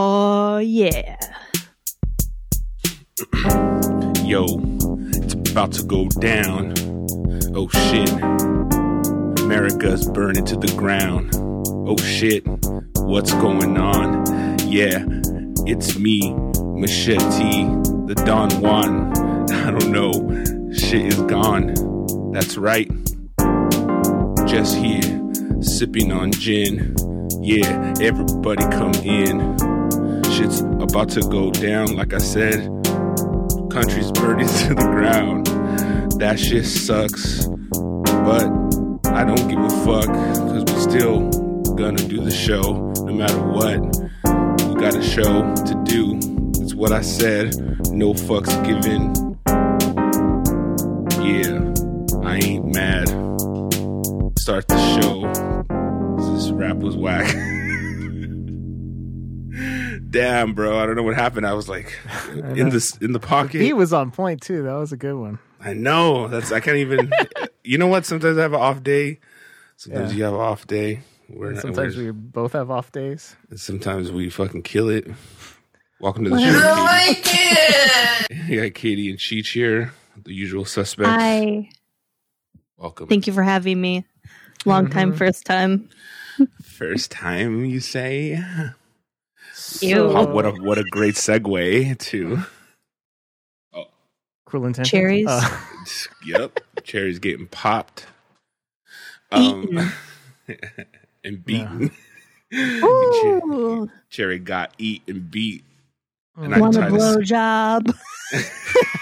Oh yeah. Yo, it's about to go down. Oh shit. America's burning to the ground. Oh shit. What's going on? Yeah, it's me, Machete, the Don Juan. I don't know. Shit is gone. That's right. Just here, sipping on gin. Yeah, everybody come in. Shit's about to go down, like I said country's burning to the ground. That shit sucks. But I don't give a fuck because we still gonna do the show no matter what. We got a show to do. It's what I said. No fucks given. Yeah, I ain't mad. Start the show. This rap was whack. Damn, bro. I don't know what happened. I was like in this in the pocket. He was on point too. That was a good one. I know. That's I can't even. you know what? Sometimes I have an off day. Sometimes Yeah. you have an off day. We're not, Sometimes we're- we both have off days. sometimes we fucking kill it. Welcome to the show, Katie. yeah, Katie and Cheech here, the usual suspects. Hi. Welcome. Thank you for having me. Long time, Mm-hmm. first time. First time you say. Ew. Oh, what a what a great segue to. cruel intentions. Cherries. Uh, Yep, cherries getting popped. Um, Eaten. and beaten. Ooh, Cherry got eat and beat. And want a tried to blow job?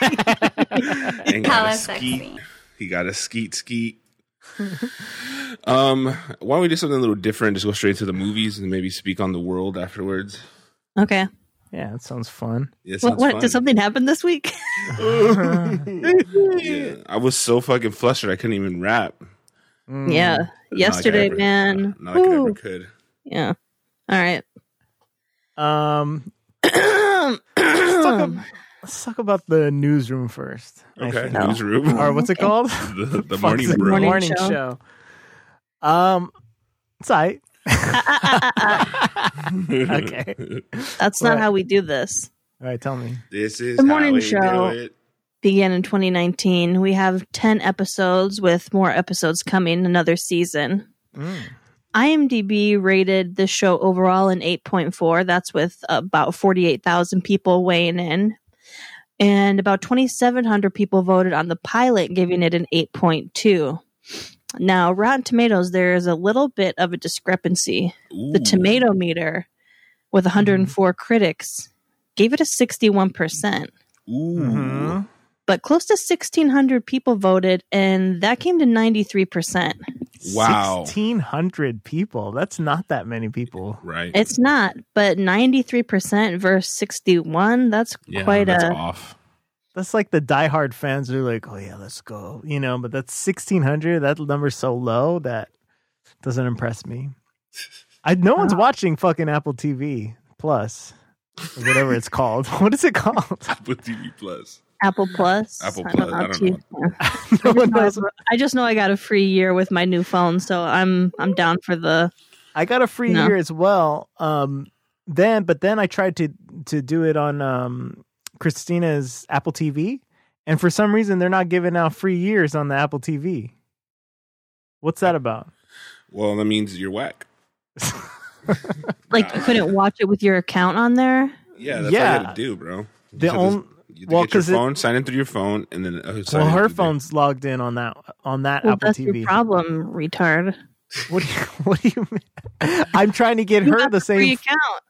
and got a Hella skeet. sexy. He got a skeet skeet. um, why don't we do something a little different? Just go straight to the movies and maybe speak on the world afterwards. Okay. yeah, that sounds fun. Yeah, What? sounds What? fun. Did something happen this week? Yeah, I was so fucking flustered. I couldn't even rap. Mm. yeah. Yesterday, Not like I ever- man. Not like I ever Woo. could. Yeah. All right. Um, let's talk, ab- let's talk about the newsroom first. I Okay, think. No. newsroom. Or what's it Okay. called? the, the Fuck's morning it, room. Morning morning show. show. Um, it's all right. okay. That's not What? how we do this. All right. Tell me. This is The how morning we show. do it. Began in 2019. We have 10 episodes with more episodes coming another season. Mm. IMDb rated this show overall an 8.4. That's with about 48,000 people weighing in. And about 2,700 people voted on the pilot, giving it an 8.2. Now, Rotten Tomatoes, there is a little bit of a discrepancy. The Ooh. tomato meter, with 104 critics, gave it a 61%, Ooh. Mhm. but close to 1,600 people voted, and that came to 93%. Wow. 1,600 people. That's not that many people. Right. It's not, but 93% versus 61, that's yeah, quite that's a off. That's like the diehard fans are like, oh, yeah, let's go. You know, but that's 1,600. That number's so low that doesn't impress me. I No one's watching fucking Apple TV Plus, or whatever it's called. What is it called? With TV Plus. Apple Plus. Apple I Plus, don't know. I don't too- no one I, knows. just know I got a free year with my new phone, so I'm I'm down for the I got a free No. year as well. Um, then, but then I tried to to do it on um, Christina's Apple TV, and for some reason they're not giving out free years on the Apple TV. What's that about? Well, that means you're whack. like you couldn't watch it with your account on there. Yeah, that's all Yeah. you gotta do, bro. You The just have to- only you have to well, get your 'cause it- phone, sign in through your phone, and then uh, sign well, in her through the- phone's logged in on that on that Well, Apple that's TV. your problem, retard. What do you What do you mean? I'm trying to get You her have the a free same. account.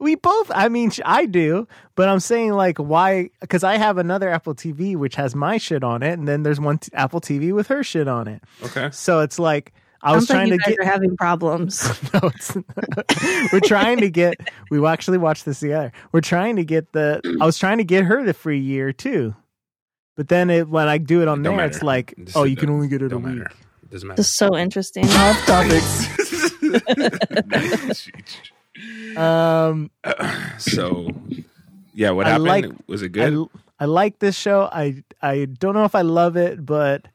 We both. I mean, sh- I do, but I'm saying like why? Because I have another Apple TV which has my shit on it, and then there's one t- Apple TV with her shit on it. Okay. So it's like I was Sounds like trying you to guys get. are having problems. No, it's we're trying to get. We actually watched this together. We're trying to get the. I was trying to get her the free year too, but then it, when I do it on It there, don't it's matter. like, Just oh, it you can don't- only get it a don't week. matter. It doesn't matter. this is so interesting. Off topics. um, so, yeah, what I happened? like- was it I, good? l- I like this show. I I don't know if I love it, but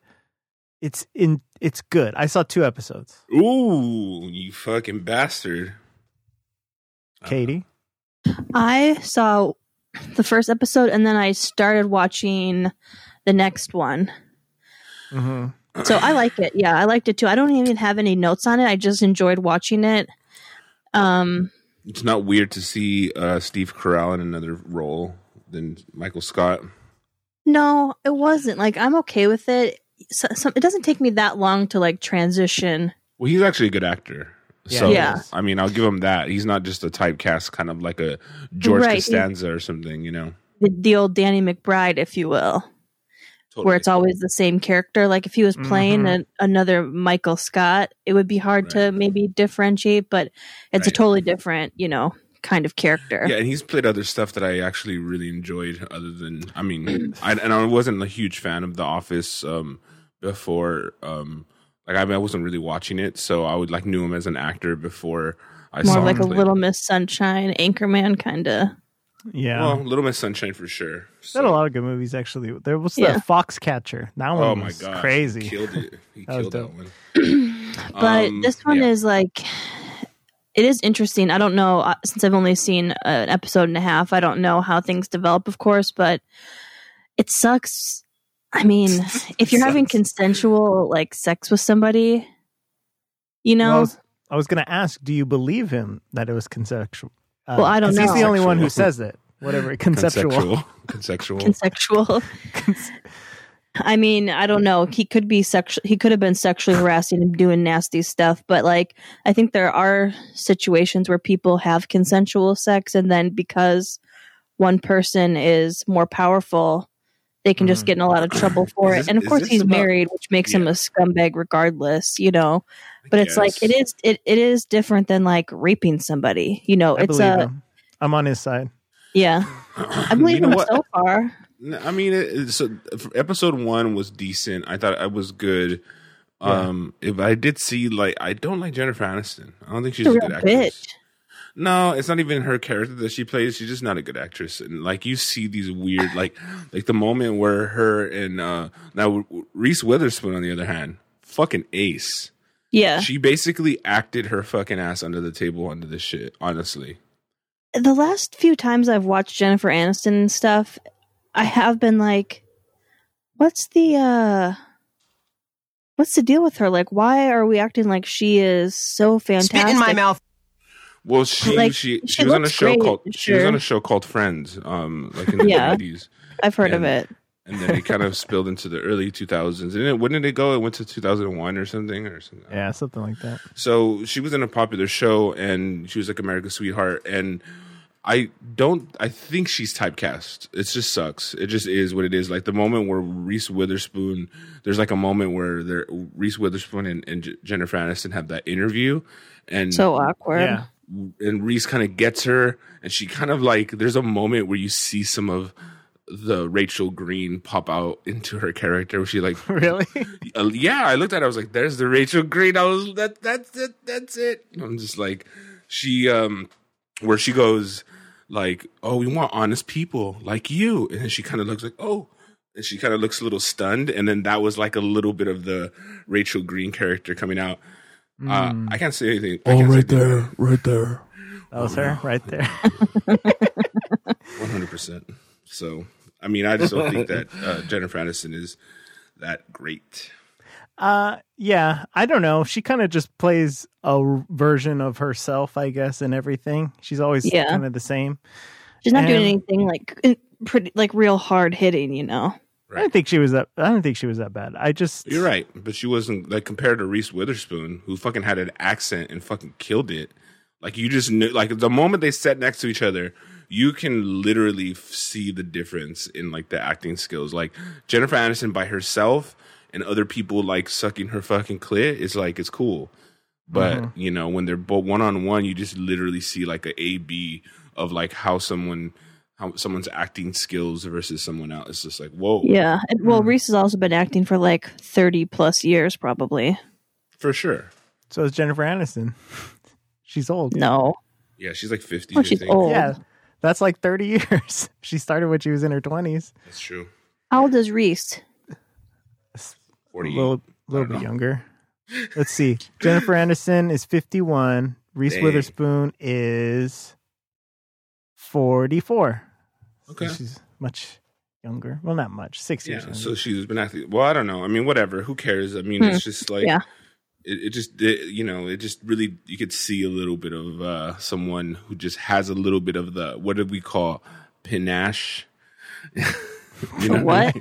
it's in it's good. I saw two episodes. Ooh, you fucking bastard. Katie, I saw the first episode and then I started watching the next one. Mm-hmm. hmm So I like it. Yeah, I liked it too. I don't even have any notes on it. I just enjoyed watching it. Um, It's not weird to see uh, Steve Carell in another role than Michael Scott. no, it wasn't. Like I'm okay with it. So, so it doesn't take me that long to like transition. Well, he's actually a good actor. Yeah, so he is. I mean, I'll give him that. He's not just a typecast kind of like a George Right. Costanza or something, you know. The, the old Danny McBride, if you will, Totally. where it's always the same character. Like if he was playing Mm-hmm. Mhm. a, another Michael Scott, it would be hard to maybe differentiate. But it's a Right. totally different, you know, kind of character. Yeah, and he's played other stuff that I actually really enjoyed. Other than, I mean, Mm. I and I wasn't a huge fan of The Office um, before. Um, like, I, mean, I wasn't really watching it, so I would like knew him as an actor before I saw More him like a play- Little Miss Sunshine, Anchorman kind of. Yeah. Well, Little Miss Sunshine for sure. They had a So- lot of good movies actually. There was Yeah. that Foxcatcher. That one oh my was god, he crazy. killed it. He That was killed that dope. one. but Um, this one yeah. is like it is interesting i don't know uh, since i've only seen uh, an episode and a half i don't know how things develop of course but it sucks i mean if you're having Sucks. consensual like sex with somebody you Well, I know was, I was gonna ask, do you believe him that it was consensual? Uh, Well, I don't 'cause He's the know. only one who Conceptual. says it. Whatever, conceptual. conceptual. conceptual. consensual i mean i don't know he could be sexual he could have been sexually harassing and doing nasty stuff but like i think there are situations where people have consensual sex and then because one person is more powerful they can just Mhm. get in a lot of trouble for Mm-hmm. it Is this- and of is course this he's about- married which makes him Yeah. a scumbag regardless you know but it's like it Yes. is it, it is different than like raping somebody you know I it's uh, believe a him. I'm on his side. yeah i believe you know him what? so far No, I mean, it, it's so episode one was decent. I thought I was good. Um, if I did see like, I don't like Jennifer Aniston. I don't think she's a a, real good actress. bitch No, it's not even her character that she plays. She's just not a good actress. And like, you see these weird, like, like the moment where her and uh now Reese Witherspoon, on the other hand, fucking ace. yeah She basically acted her fucking ass under the table under this shit. Honestly, the last few times I've watched Jennifer Aniston and stuff, I have been like, what's the uh what's the deal with her? Like why are we acting like she is so fantastic? Spit in my mouth. Well, she Like, she, she she was on a looks show great, called she was sure. on a show called Friends, um, like in the Yeah. nineties, I've heard of Yeah. it. and then it kind of spilled into the early two thousands. And it, when did it go? It went to two thousand and one or something or something. Yeah, something like that. So she was in a popular show, and she was like America's sweetheart. And I don't, I think she's typecast. It just sucks. It just is what it is. Like the moment where Reese Witherspoon, there's like a moment where there Reese Witherspoon and, and J- Jennifer Aniston have that interview, and So awkward. Mm. Yeah. and Reese kind of gets her, and she kind of like there's a moment where you see some of the Rachel Green pop out into her character where she like Really? uh, yeah I looked at it I was like there's the Rachel Green I was that that's it that's it I'm just like she um where she goes like oh we want honest people like you and then she kind of looks like oh and she kind of looks a little stunned and then that was like a little bit of the Rachel Green character coming out uh, Mm. I can't say anything oh right there right there. that was Oh, her right there. One hundred percent. So, I mean, I just don't think that uh, Jennifer Aniston is that great. Uh, yeah, I don't know. She kind of just plays a r- version of herself, I guess, in everything. She's always Yeah. kind of the same. She's not doing And- anything like in- pretty like real hard hitting, you know. I didn't think she was that. I didn't think she was that bad. I just You're right, but she wasn't like compared to Reese Witherspoon, who fucking had an accent and fucking killed it. Like you just knew, like the moment they sat next to each other, you can literally f- see the difference in like the acting skills. Like Jennifer Aniston by herself and other people like sucking her fucking clit is like it's cool, but you know when they're both one on one, you just literally see like a A B of like how someone how someone's acting skills versus someone else. It's just like whoa, Yeah. And, well, Mm. Reese has also been acting for like 30 plus years probably. for sure. So is Jennifer Aniston. She's old. No. Yeah, she's like fifty. Oh, I she's think. old. Yeah, that's like thirty years. she started when she was in her twenties. That's true. How old is Reese? A 40. little, little don't bit know. younger. Let's see. Jennifer Aniston is fifty-one. Reese Dang. Witherspoon is 44. So Okay. she's much younger. Well, not much. Six years. Yeah, Younger. so she's been acting. Well, I don't know. I mean, whatever. Who cares? I mean, Hmm. it's just like Yeah. it, it just it, you know, it just really you could see a little bit of uh someone who just has a little bit of the what do we call panache? You know I mean? What?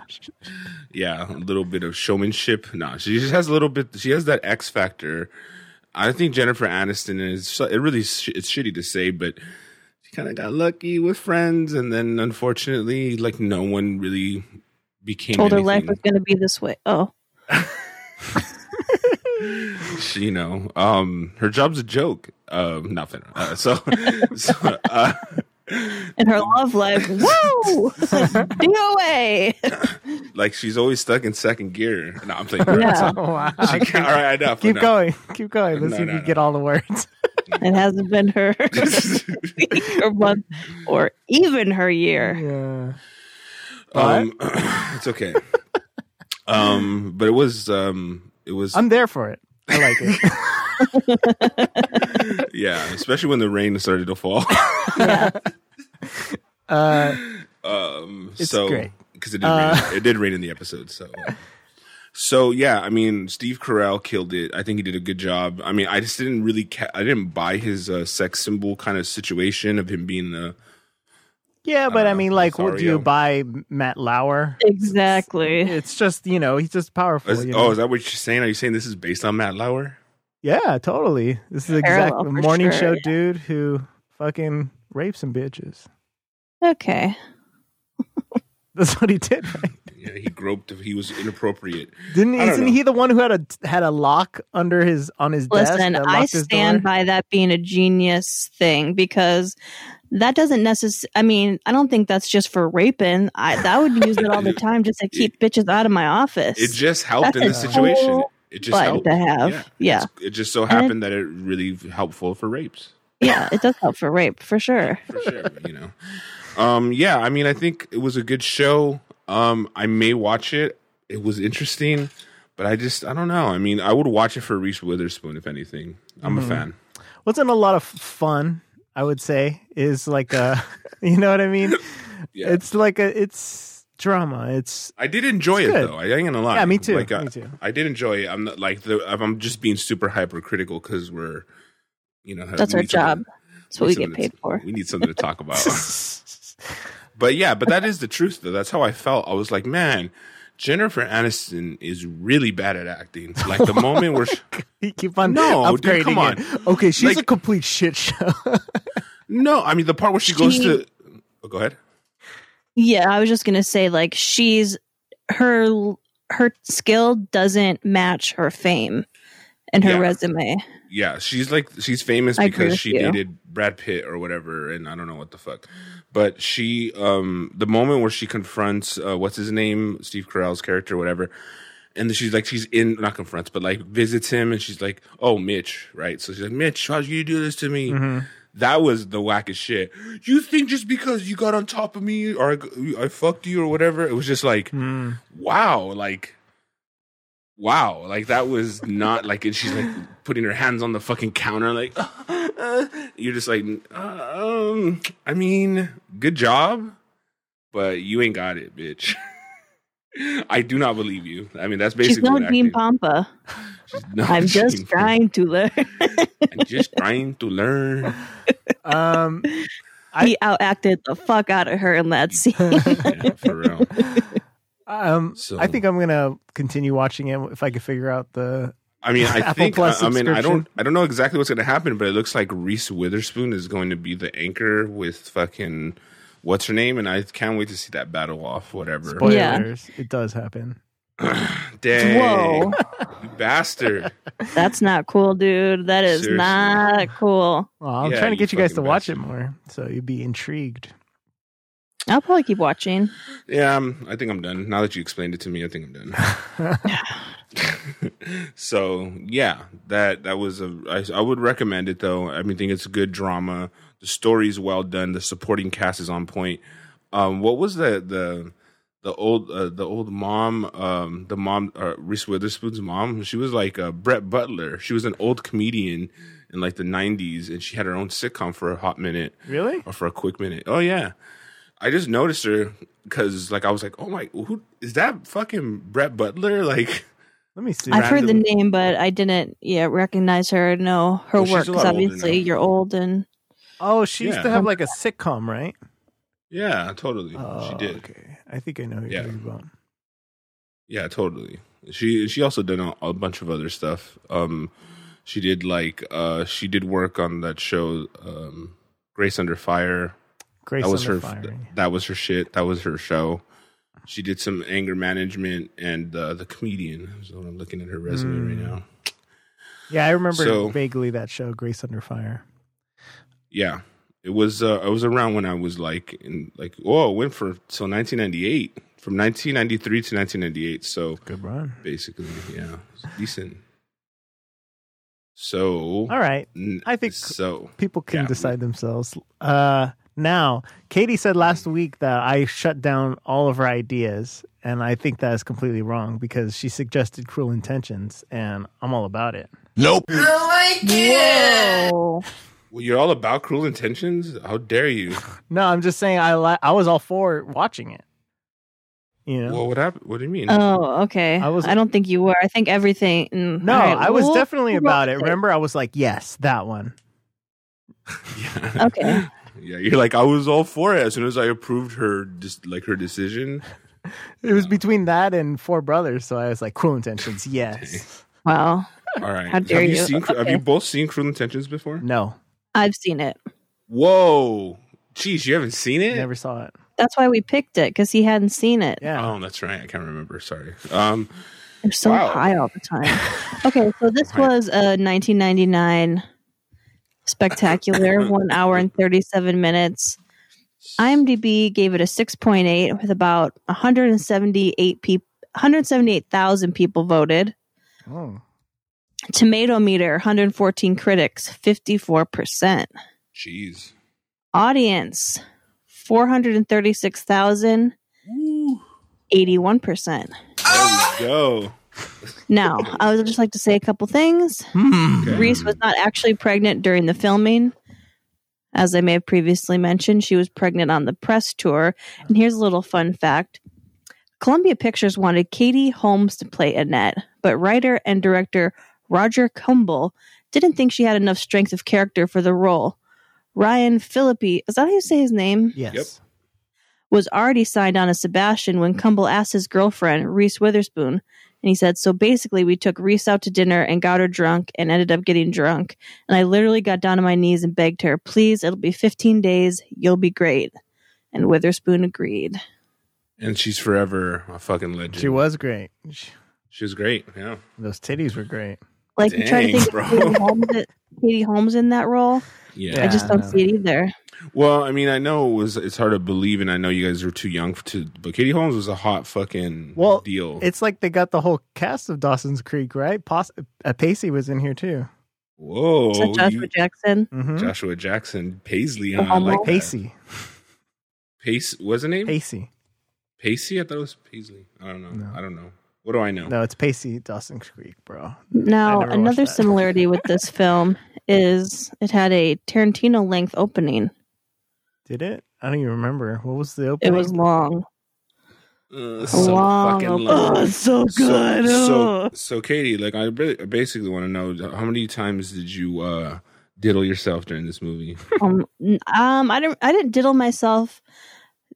Yeah, a little bit of showmanship. No, she just has a little bit. She has that X factor. I think Jennifer Aniston is. It really sh- it's shitty to say, but she kind of got lucky with friends, and then unfortunately, like no one really became. Told her life anything. was going to be this way. Oh, She- you know, um, her job's a joke. Uh, nothing. Uh, so, so uh, and her love life. Woo! DOA. like she's always stuck in second gear. No, I'm Yeah. thinking. Yeah. Oh, wow. She can't, all right, enough. Keep enough. going. Keep going. Let's No, see if no, you no. get all the words. It hasn't been her week or month or even her year. yeah. Um, it's okay. um, but it was um, it was I'm there for it. I like it. yeah, especially when the rain started to fall. Uh, um, It's so great. Uh. because it did rain, it did rain in the episode. So. So yeah, I mean, Steve Carell killed it. I think he did a good job. I mean, I just didn't really, ca- I didn't buy his uh, sex symbol kind of situation of him being the yeah, but I, know. mean, like, would Rosario. you buy Matt Lauer? Exactly. It's just, you know, he's just powerful. Is- you know? oh, is that what you're saying? Are you saying this is based on Matt Lauer? Yeah, totally. This is Parallel, exactly for morning sure, show yeah. dude who fucking rapes some bitches. Okay. That's what he did, right? Yeah, he groped. He was inappropriate. Didn't I don't isn't know. he the one who had a had a lock under his on his desk? Listen, that I locked his stand door? by that being a genius thing because that doesn't necessarily. I mean, I don't think that's just for raping. I that would use it all the time just to keep bitches out of my office. It just helped That's in a the situation. cool It just But helped. to have, Yeah. yeah, It's- yeah, It just so happened that it really helpful for rapes, it does help for rape for sure. for sure. you know. Um. Yeah. I mean, I think it was a good show. Um. I may watch it. It was interesting, but I just I don't know. I mean, I would watch it for Reese Witherspoon if anything. I'm a fan. Wasn't a lot of fun, I would say, is like a you know what I mean? Yeah. It's like a it's drama. It's I did enjoy it good. though. I ain't gonna lie. Yeah, me too. Like, I, Me too. I did enjoy it. I'm not like the. I'm just being super hypercritical because we're, you know, That's we our need something- job. That's what we get something paid to- for. We need something to talk about. but yeah, but that is the truth though. That's how I felt. I was like, man, Jennifer Aniston is really bad at acting. Like the moment where, she, you keep on No, upgrading dude, come on. it. Okay, she's Like- a complete shit show. no, I mean the part where she goes She- to. Oh, go ahead. Yeah, I was just gonna say like she's her her skill doesn't match her fame and her Yeah. resume. Yeah, she's like she's famous I agree because with she you. dated Brad Pitt or whatever, and I don't know what the fuck. But she, um, the moment where she confronts uh, what's his name, Steve Carell's character, whatever, and then she's like, she's in not confronts, but like visits him, and she's like, "Oh, Mitch, right?" So she's like, "Mitch, how'd you do this to me?" That was the wackest shit. You think just because you got on top of me or I, I fucked you or whatever, it was just like, wow, like, wow, like that was not like, and she's like putting her hands on the fucking counter, like, you're just like, uh, um, I mean, good job, but you ain't got it, bitch. I do not believe you. I mean, that's She's basically what not Dean acting- Pompa. she's not I'm Gene just Pompa. trying to learn. I'm just trying to learn. um I- he out acted the fuck out of her in that scene. Yeah, for real. um So- I think I'm gonna continue watching it if I could figure out the I mean, I Apple think. uh, Plus I, I mean, I don't. subscription. I don't know exactly what's going to happen, but it looks like Reese Witherspoon is going to be the anchor with fucking what's her name, and I can't wait to see that battle off. Whatever. Yeah. spoilers. It does happen. Whoa, Dang, you bastard! that's not cool, dude. That is Seriously. not cool. Well, I'm Yeah, trying to you get you guys to fucking watch it bastard. more, so you'd be intrigued. I'll probably keep watching. Yeah, I'm, I think I'm done. Now that you explained it to me, I think I'm done. so yeah, that that was a. I, I would recommend it though. I mean, think it's a good drama. The story's well done. The supporting cast is on point. Um, what was the the the old uh, the old mom um the mom uh, Reese Witherspoon's mom? She was like uh, Brett Butler. She was an old comedian. in like the 90s and she had her own sitcom for a hot minute Really? or for a quick minute. Oh yeah. I just noticed her because like I was like, "Oh my, who is that fucking Brett Butler?" Like Let me see. I've heard the Random- name, but I didn't yeah recognize her. No, her Well, she's work a 'cause lot older obviously now. you're old and Oh, she used Yeah. to have like a sitcom, right? yeah, totally. Oh, she did. Okay. I think I know who Yeah. you're talking about. Yeah, totally. She she also did a, a bunch of other stuff. Um, she did like uh, she did work on that show, um, Grace Under Fire. Grace that was Under her. Fire. That was her shit. That was her show. She did some anger management and uh, the comedian. So I'm looking at her resume Hmm. right now. Yeah, I remember So- vaguely that show, Grace Under Fire. Yeah, it was. Uh, I was around when I was like in like oh, it went for till 1998. From 1993 to 1998. So Good run. basically, yeah, it's decent. So All right. N- I think- so. People can Yeah. decide themselves. Uh, now, Katie said last week that I shut down all of her ideas, and I think that is completely wrong because she suggested cruel intentions, and I'm all about it. Nope. whoa. Well, you're all about cruel intentions. How dare you? No, I'm just saying I li- I was all for watching it. You know, Well, what happened? What do you mean? Oh, okay. I I, was- don't think you were. I think everything. mm, no, all right, I was well, definitely we'll- about it. Remember, I was like, yes, that one. yeah. Okay. Yeah, you're like I was all for it as soon as I approved her, just like her decision. It was between that and Four Brothers, so I was like, cruel intentions, yes. Wow, All right. How dare have you. seen? Have Okay. you both seen Cruel Intentions before? No, I've seen it. Whoa. Jeez, you haven't seen it? never saw it. That's why we picked it because he hadn't seen it. Yeah. Oh, that's right. I can't remember. Sorry. Um, They're so Wow. high all the time. Okay, so this Right. was a 1999 spectacular, one hour and 37 minutes. IMDb gave it a 6.8 with about 178 people. 178,000 people voted. Oh. Tomato meter, 114 critics, 54%. jeez. Audience, 436,000, 81%. There we go. Now, I would just like to say a couple things. Hmm. Okay. Reese was not actually pregnant during the filming. As I may have previously mentioned, she was pregnant on the press tour. And here's a little fun fact Columbia Pictures wanted Katie Holmes to play Annette, but writer and director Roger Cumble didn't think she had enough strength of character for the role. Ryan Philippi, is that how you say his name? Yes. Yep. was already signed on as Sebastian Hmm. when Cumble asked his girlfriend, Reese Witherspoon. And he said, So basically, we took Reese out to dinner and got her drunk and ended up getting drunk. And I literally got down on my knees and begged her, Please, it'll be 15 days. You'll be great. And Witherspoon agreed. And she's forever a fucking legend. She was great. She- She was great. Yeah. those titties were great. Like, you try to Dang, think bro. of Katie Holmes, Katie Holmes in that role. Yeah. I just Yeah, don't no. see it either. Well, I mean, I know it was it's hard to believe, and I know you guys were too young to. But Katie Holmes was a hot fucking Well, deal. It's like they got the whole cast of Dawson's Creek, right? Pos- uh, Pacey was in here too. Whoa, So Joshua Oh, you- Jackson. Mm-hmm. Joshua Jackson, Paisley, huh? The I like homo. that. Pacey. Pace was the name Pacey. Pacey. I thought it was Paisley. I don't know. No. I don't know. What do I know? No, it's Pacey Dawson Creek, bro. Now, never watched another that. similarity with this film is it had a Tarantino length opening, Did it? I don't even remember. What was the it opening? was long. Uh, long open- Oh, it's so good. So, Oh. so, Katie, like I really- I basically want to know how many times did you uh diddle yourself during this movie? um, n- um, I didn't, I didn't diddle myself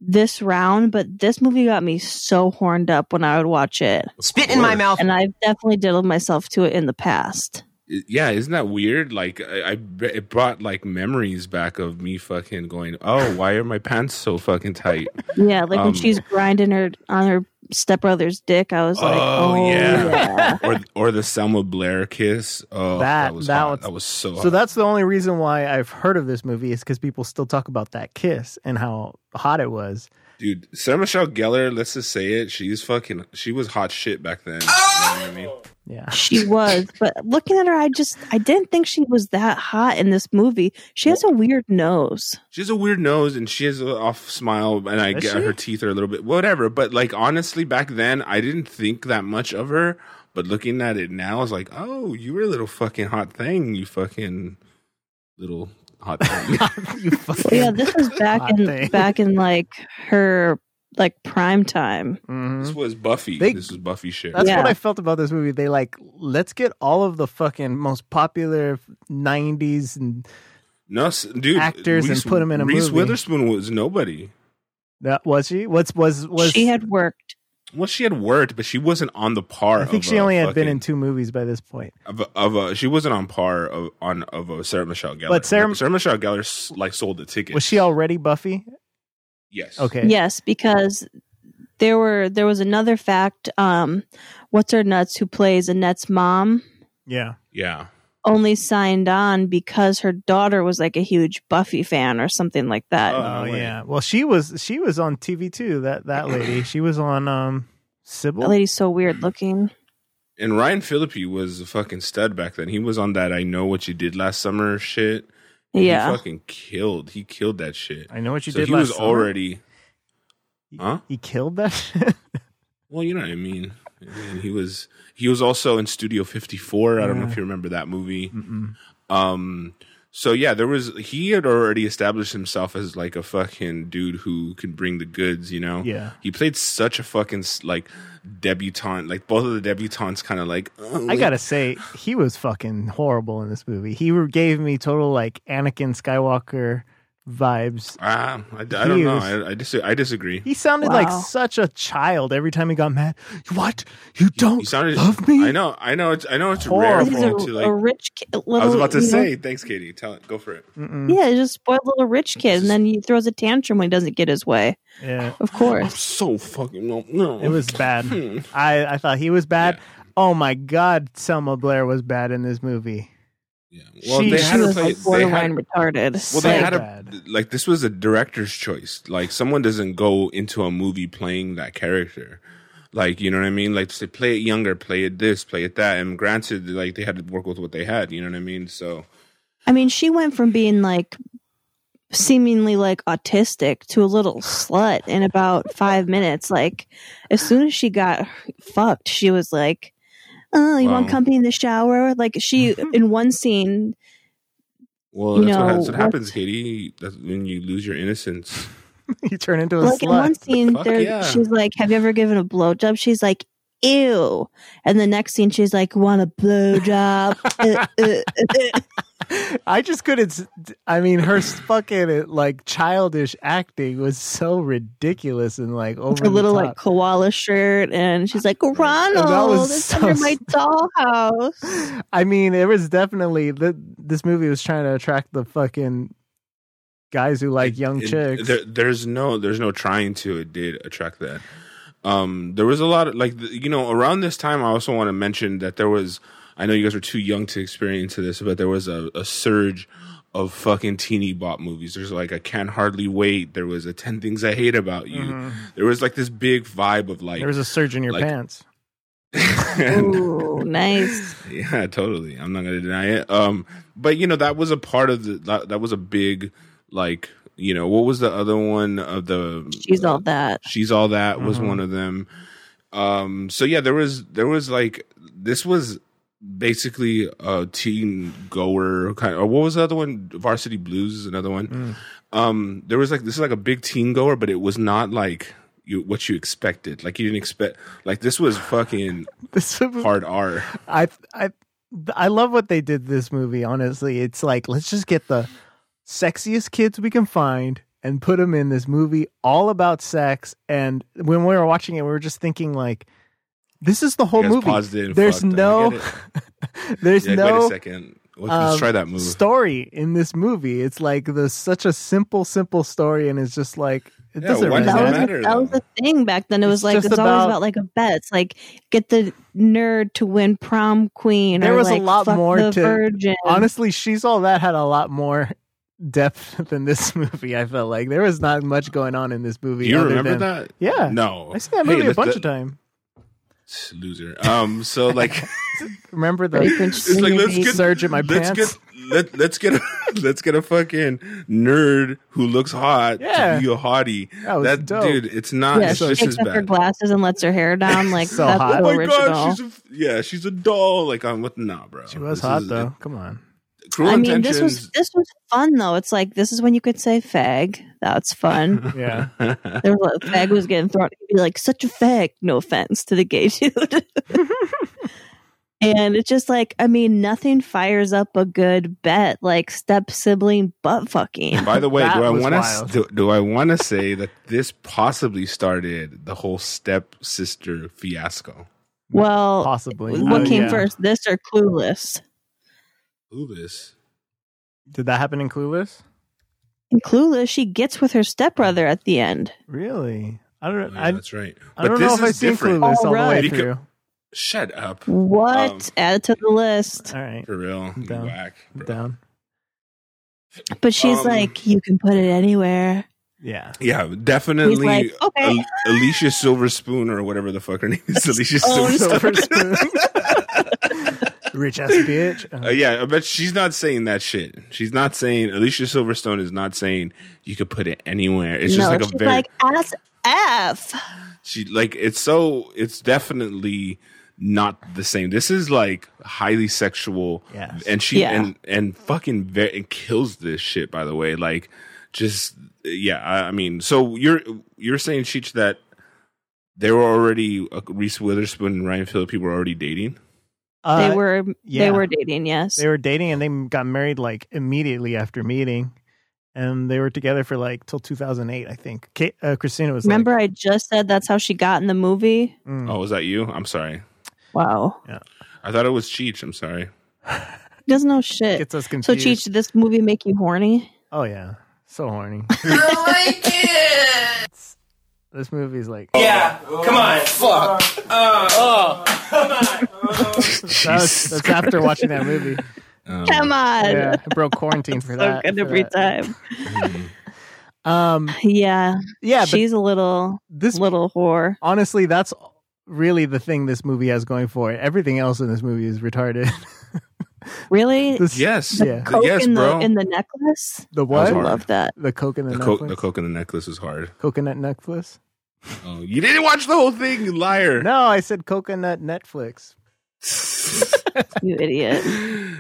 this round, but this movie got me so horned up when I would watch it, Spit in my Word. mouth. and I've definitely diddled myself to it in the past. I- yeah, isn't that weird? Like, I, I it brought like memories back of me fucking going, oh, why are my pants so fucking tight? Yeah, like Um, when she's grinding her on her stepbrother's dick, I was like, Oh, oh yeah. yeah. or or the Selma Blair kiss? Oh, that, That- was that hot. was- that was so. So hot. that's the only reason why I've heard of this movie is because people still talk about that kiss and how hot it was. Dude, Sarah Michelle Gellar, let's just say it, she's fucking she was hot shit back then. You know what I mean? Yeah. She was, but looking at her, I just I didn't think she was that hot in this movie. She has a weird nose. She has a weird nose and she has an off smile and I Does get she? her teeth are a little bit whatever, but like honestly back then I didn't think that much of her, but looking at it now I was like, "Oh, you were a little fucking hot thing, you fucking little hot thing. you fucking. yeah, this was back Hot in thing. back in like her like prime time. this Mhm. was Buffy. They- this was Buffy shit. That's Yeah. what I felt about this movie. They like let's get all of the fucking most popular '90s and No, s- dude. Actors and put 'em in a Reese movie. Witherspoon was nobody. that was she. What's was was she had worked. Well, she had worked, but she wasn't on the par. I think of she a only had been fucking- in two movies by this point. of a, of a she wasn't on par of on of a Sarah Michelle Gellar. But Sarah- Sarah Michelle Gellar s- like sold the ticket. Was she already Buffy? Yes. Okay. Yes, because there were there was another fact. Um, what's her nuts who plays Annette's mom Yeah. Yeah. only signed on because her daughter was like a huge Buffy fan or something like that. Oh, Oh no way. yeah. Well, she was she was on TV too. That that lady. She was on um Sybil. that lady's so weird looking. And Ryan Phillippe was a fucking stud back then. He was on that I know what you did last summer shit. Yeah. He fucking killed. He killed that shit. I know what you so did. he last was summer. already Huh? He killed that. shit? well, you know what I mean. And he was he was also in Studio 54. I don't know Yeah. if you remember that movie. Mm-mm. Um so yeah, there was he had already established himself as like a fucking dude who could bring the goods, you know. Yeah. He played such a fucking like debutante, like both of the debutantes kind of like I gotta say, he was fucking horrible in this movie. He gave me total like Anakin Skywalker vibes. Ah, I, I don't know. was- I, I, dis- I disagree. He sounded like Wow. such a child every time he got mad. What? You don't He sounded. love me? I know. I know. It's. I know. It's rare Horrible. He's a, for him to like. a rich kid. Little, I was about to you know, say. hmm. Thanks, Katie. Tell it. Go for it. Mm-mm. Yeah, he's just spoiled little rich kid, and then he throws a tantrum when he doesn't get his way. Yeah. Of course. I'm so fucking no. no. It was bad. Hmm. I, I thought he was bad. Oh my God, Selma Blair was bad in this movie. Yeah. Well, She- they she had she to was play. like They had, borderline retarded. well, they Like, had a bad. like. This was a director's choice. Like someone doesn't go into a movie playing that character. Like you know what I mean? Like say play it younger, play it this, play it that. And granted, like they had to work with what they had. You know what I mean? So I mean, she went from being like seemingly like autistic to a little slut in about five minutes. Like, as soon as she got fucked, she was like, "Oh, you want Wow. company in the shower?" Like, she in one scene, well, You that's, what, know, that's what what- happens, Katie. That's when you lose your innocence. he turned into a like in one slut. scene, Fuck there yeah. she's like, "Have you ever given a blowjob?" She's like. Ew. And the next scene, she's like, want a blowjob? Uh, uh, uh. I just couldn't. s- I mean, her fucking like childish acting was so ridiculous and like over her the little top. like koala shirt, and she's like, was Ronald, it's so under my dollhouse. I mean, it was definitely that this movie was trying to attract the fucking guys who like young it- chicks. there- there's no there's no trying to. It did attract that. Um, there was a lot of like the- you know around this time. I also want to mention that there was. I know you guys were too young to experience this, but there was a, a surge of fucking teeny bop movies. There's like a Can Hardly Wait. There was a Ten Things I Hate About You. Mhm. There was like this big vibe of like. There was a surge in your like- pants. Ooh, nice. Yeah, totally. I'm not gonna deny it. Um, but you know that was a part of the that, that was a big like you know what was the other one of the She's all that. she's all that was Mhm. one of them. Um, so yeah, there was there was like this was basically a teen goer kind of. Or what was the other one? Varsity Blues is another one. Mm. Um, there was like this is like a big teen goer, but it was not like. You, what you expected like you didn't expect like this was fucking This was- hard r I I I love what they did to this movie. Honestly, it's like let's just get the sexiest kids we can find and put them in this movie all about sex. And when we were watching it, we were just thinking like, this is the whole You guys movie. paused it and There's fucked. I get no, it. there's Yeah, no wait a second. Let's, let's um, try that move. story in this movie. It's like there's such a simple, simple story, and it's just like it Yeah, doesn't why does That it was, resonate. matter, that was though? the thing back then. It was It's like just it's always about- about like a bet. It's like get the nerd to win prom queen. There or, was a like, lot fuck more the to- virgin. Honestly, she's all that had a lot more depth than this movie. I felt like there was not much going on in this movie. Do you other remember than- that? Yeah, No. I've seen that movie Hey, a let's- bunch that- of times. Loser. Um. So like, Remember Pretty the cringe it's like let's movie. get surge in my let's pants? get let let's get a, let's get a fucking nerd who looks hot Yeah. to be a hottie. That was dope. dude. It's not. yeah, it's she just as takes up her bad. glasses and lets her hair down. Like So that's hot. Oh so my original. god, she's a, yeah, she's a doll. Like I'm with nah, bro. She was This hot is- though. Come on. Cruel I mean, Intentions. this was this was fun though. It's like this is when you could say fag. That's fun. Yeah. there was a fag was getting thrown. He'd be like, such a fag. No offense to the gay dude. and it's just like, I mean, nothing fires up a good bet like step sibling butt fucking. By the way, do That I was want to wild. do, do I want to say that this possibly started the whole step sister fiasco? Well, Possibly. Oh, what Oh, Uh, came yeah. first, this or Clueless? Clueless. Did that happen in Clueless? In Clueless, she gets with her stepbrother at the end. Really? I don't. Yeah, I, that's right. I don't know if I've seen Clueless all, All the way right. Because- through. Shut up, What? Um, Add it to the list. All right, for real. You Down. whack, bro. down. But she's um, like, you can put it anywhere. Yeah, Yeah, definitely. He's like, okay. Al- Alicia Silver Spoon or whatever the fuck her name is. Alicia Oh, Silver silver Spoon. spoon. Rich ass bitch. Uh, yeah, I bet she's not saying that shit. She's not saying Alicia Silverstone is not saying you could put it anywhere. It's just no, like a she's very like, ass F. she like it's so it's definitely not the same. This is like highly sexual, Yes. and she Yeah. and and fucking ve- and kills this shit. By the way, like just yeah, I, I mean, so you're you're saying Cheech that they were already uh, Reese Witherspoon and Ryan Phillippe were already dating. Uh, they were yeah. they were dating, yes. they were dating and they got married like immediately after meeting, and they were together for like till 2008, I think. Kate, uh, Christina was Remember, I just said that's how she got in the movie. Like, mm, Oh, was that you? I'm sorry. Wow, I thought it was Cheech. I'm sorry. he doesn't know shit. gets us So, confused. Cheech, did this movie make you horny? oh yeah, so horny. this movie's like Yeah, come on. Fuck. Uh, oh. that was, Jesus that's after watching that movie. Um, Come on, Yeah, I broke quarantine for Uh, so that. good for every that. time. Um, Yeah, yeah, but she's a little this little whore. honestly, that's really the thing this movie has going for it. Everything else in this movie is retarded. Really, This- Yes. Yeah. coke Yes, in the bro. in the necklace. the was I what? hard. love that. The coke and the, The, co- necklace? the coke and the necklace is hard. coconut necklace? Oh, you didn't watch the whole thing, you liar. No, I said coconut Netflix. You idiot.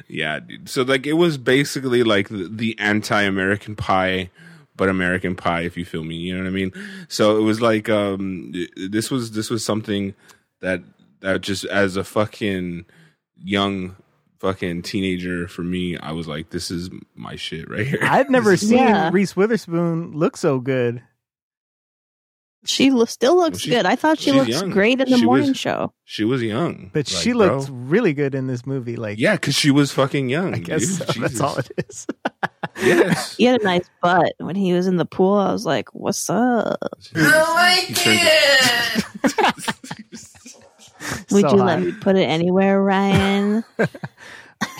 yeah, dude. So like it was basically like the, the anti-American Pie, but American Pie, if you feel me. You know what I mean? So it was like um, th- this was this was something that that just as a fucking young fucking teenager for me, I was like, this is my shit right here. I've never This is- seen Yeah. Reese Witherspoon look so good. She lo- still looks she's- good. I thought she she's looks young. great in the She was- morning show. She was young, But Like, she bro. looked really good in this movie. Like, Yeah, because she was fucking young. I guess dude. so. Jesus. that's all it is. Yes. He had a nice butt when he was in the pool. I was like, "What's up? He turns it- Would So you hot. let me put it anywhere, Ryan?"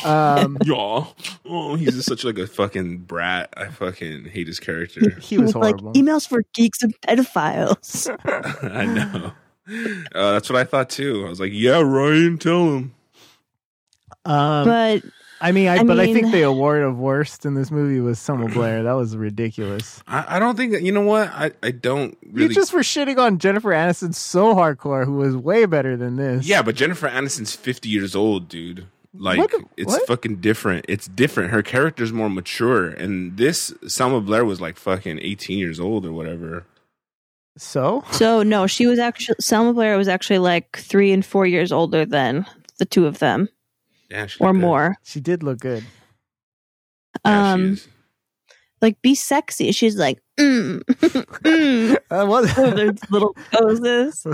Um, Yeah. Oh, he's just such like a fucking brat. I fucking hate his character. he was like horrible. emails for geeks and pedophiles. I know. Uh, that's what I thought too. I was like, yeah, Ryan, tell him. um, but I mean, I, I but I think mean- the award of worst in this movie was Selma Blair. That was ridiculous. I, I don't think that, you know what? I, I don't really. You just were shitting on Jennifer Aniston so hardcore, who was way better than this. yeah, but Jennifer Aniston's 50 years old, dude. Like, What the- it's what? fucking different. It's different. Her character's more mature. And this, Selma Blair was like fucking 18 years old or whatever. So so no, she was actually Selma Blair was actually like three and four years older than the two of them Yeah, she or looked good. more. she did look good. Yeah, she um, is. like be sexy. She's like, mm, mm. That was. Their little poses.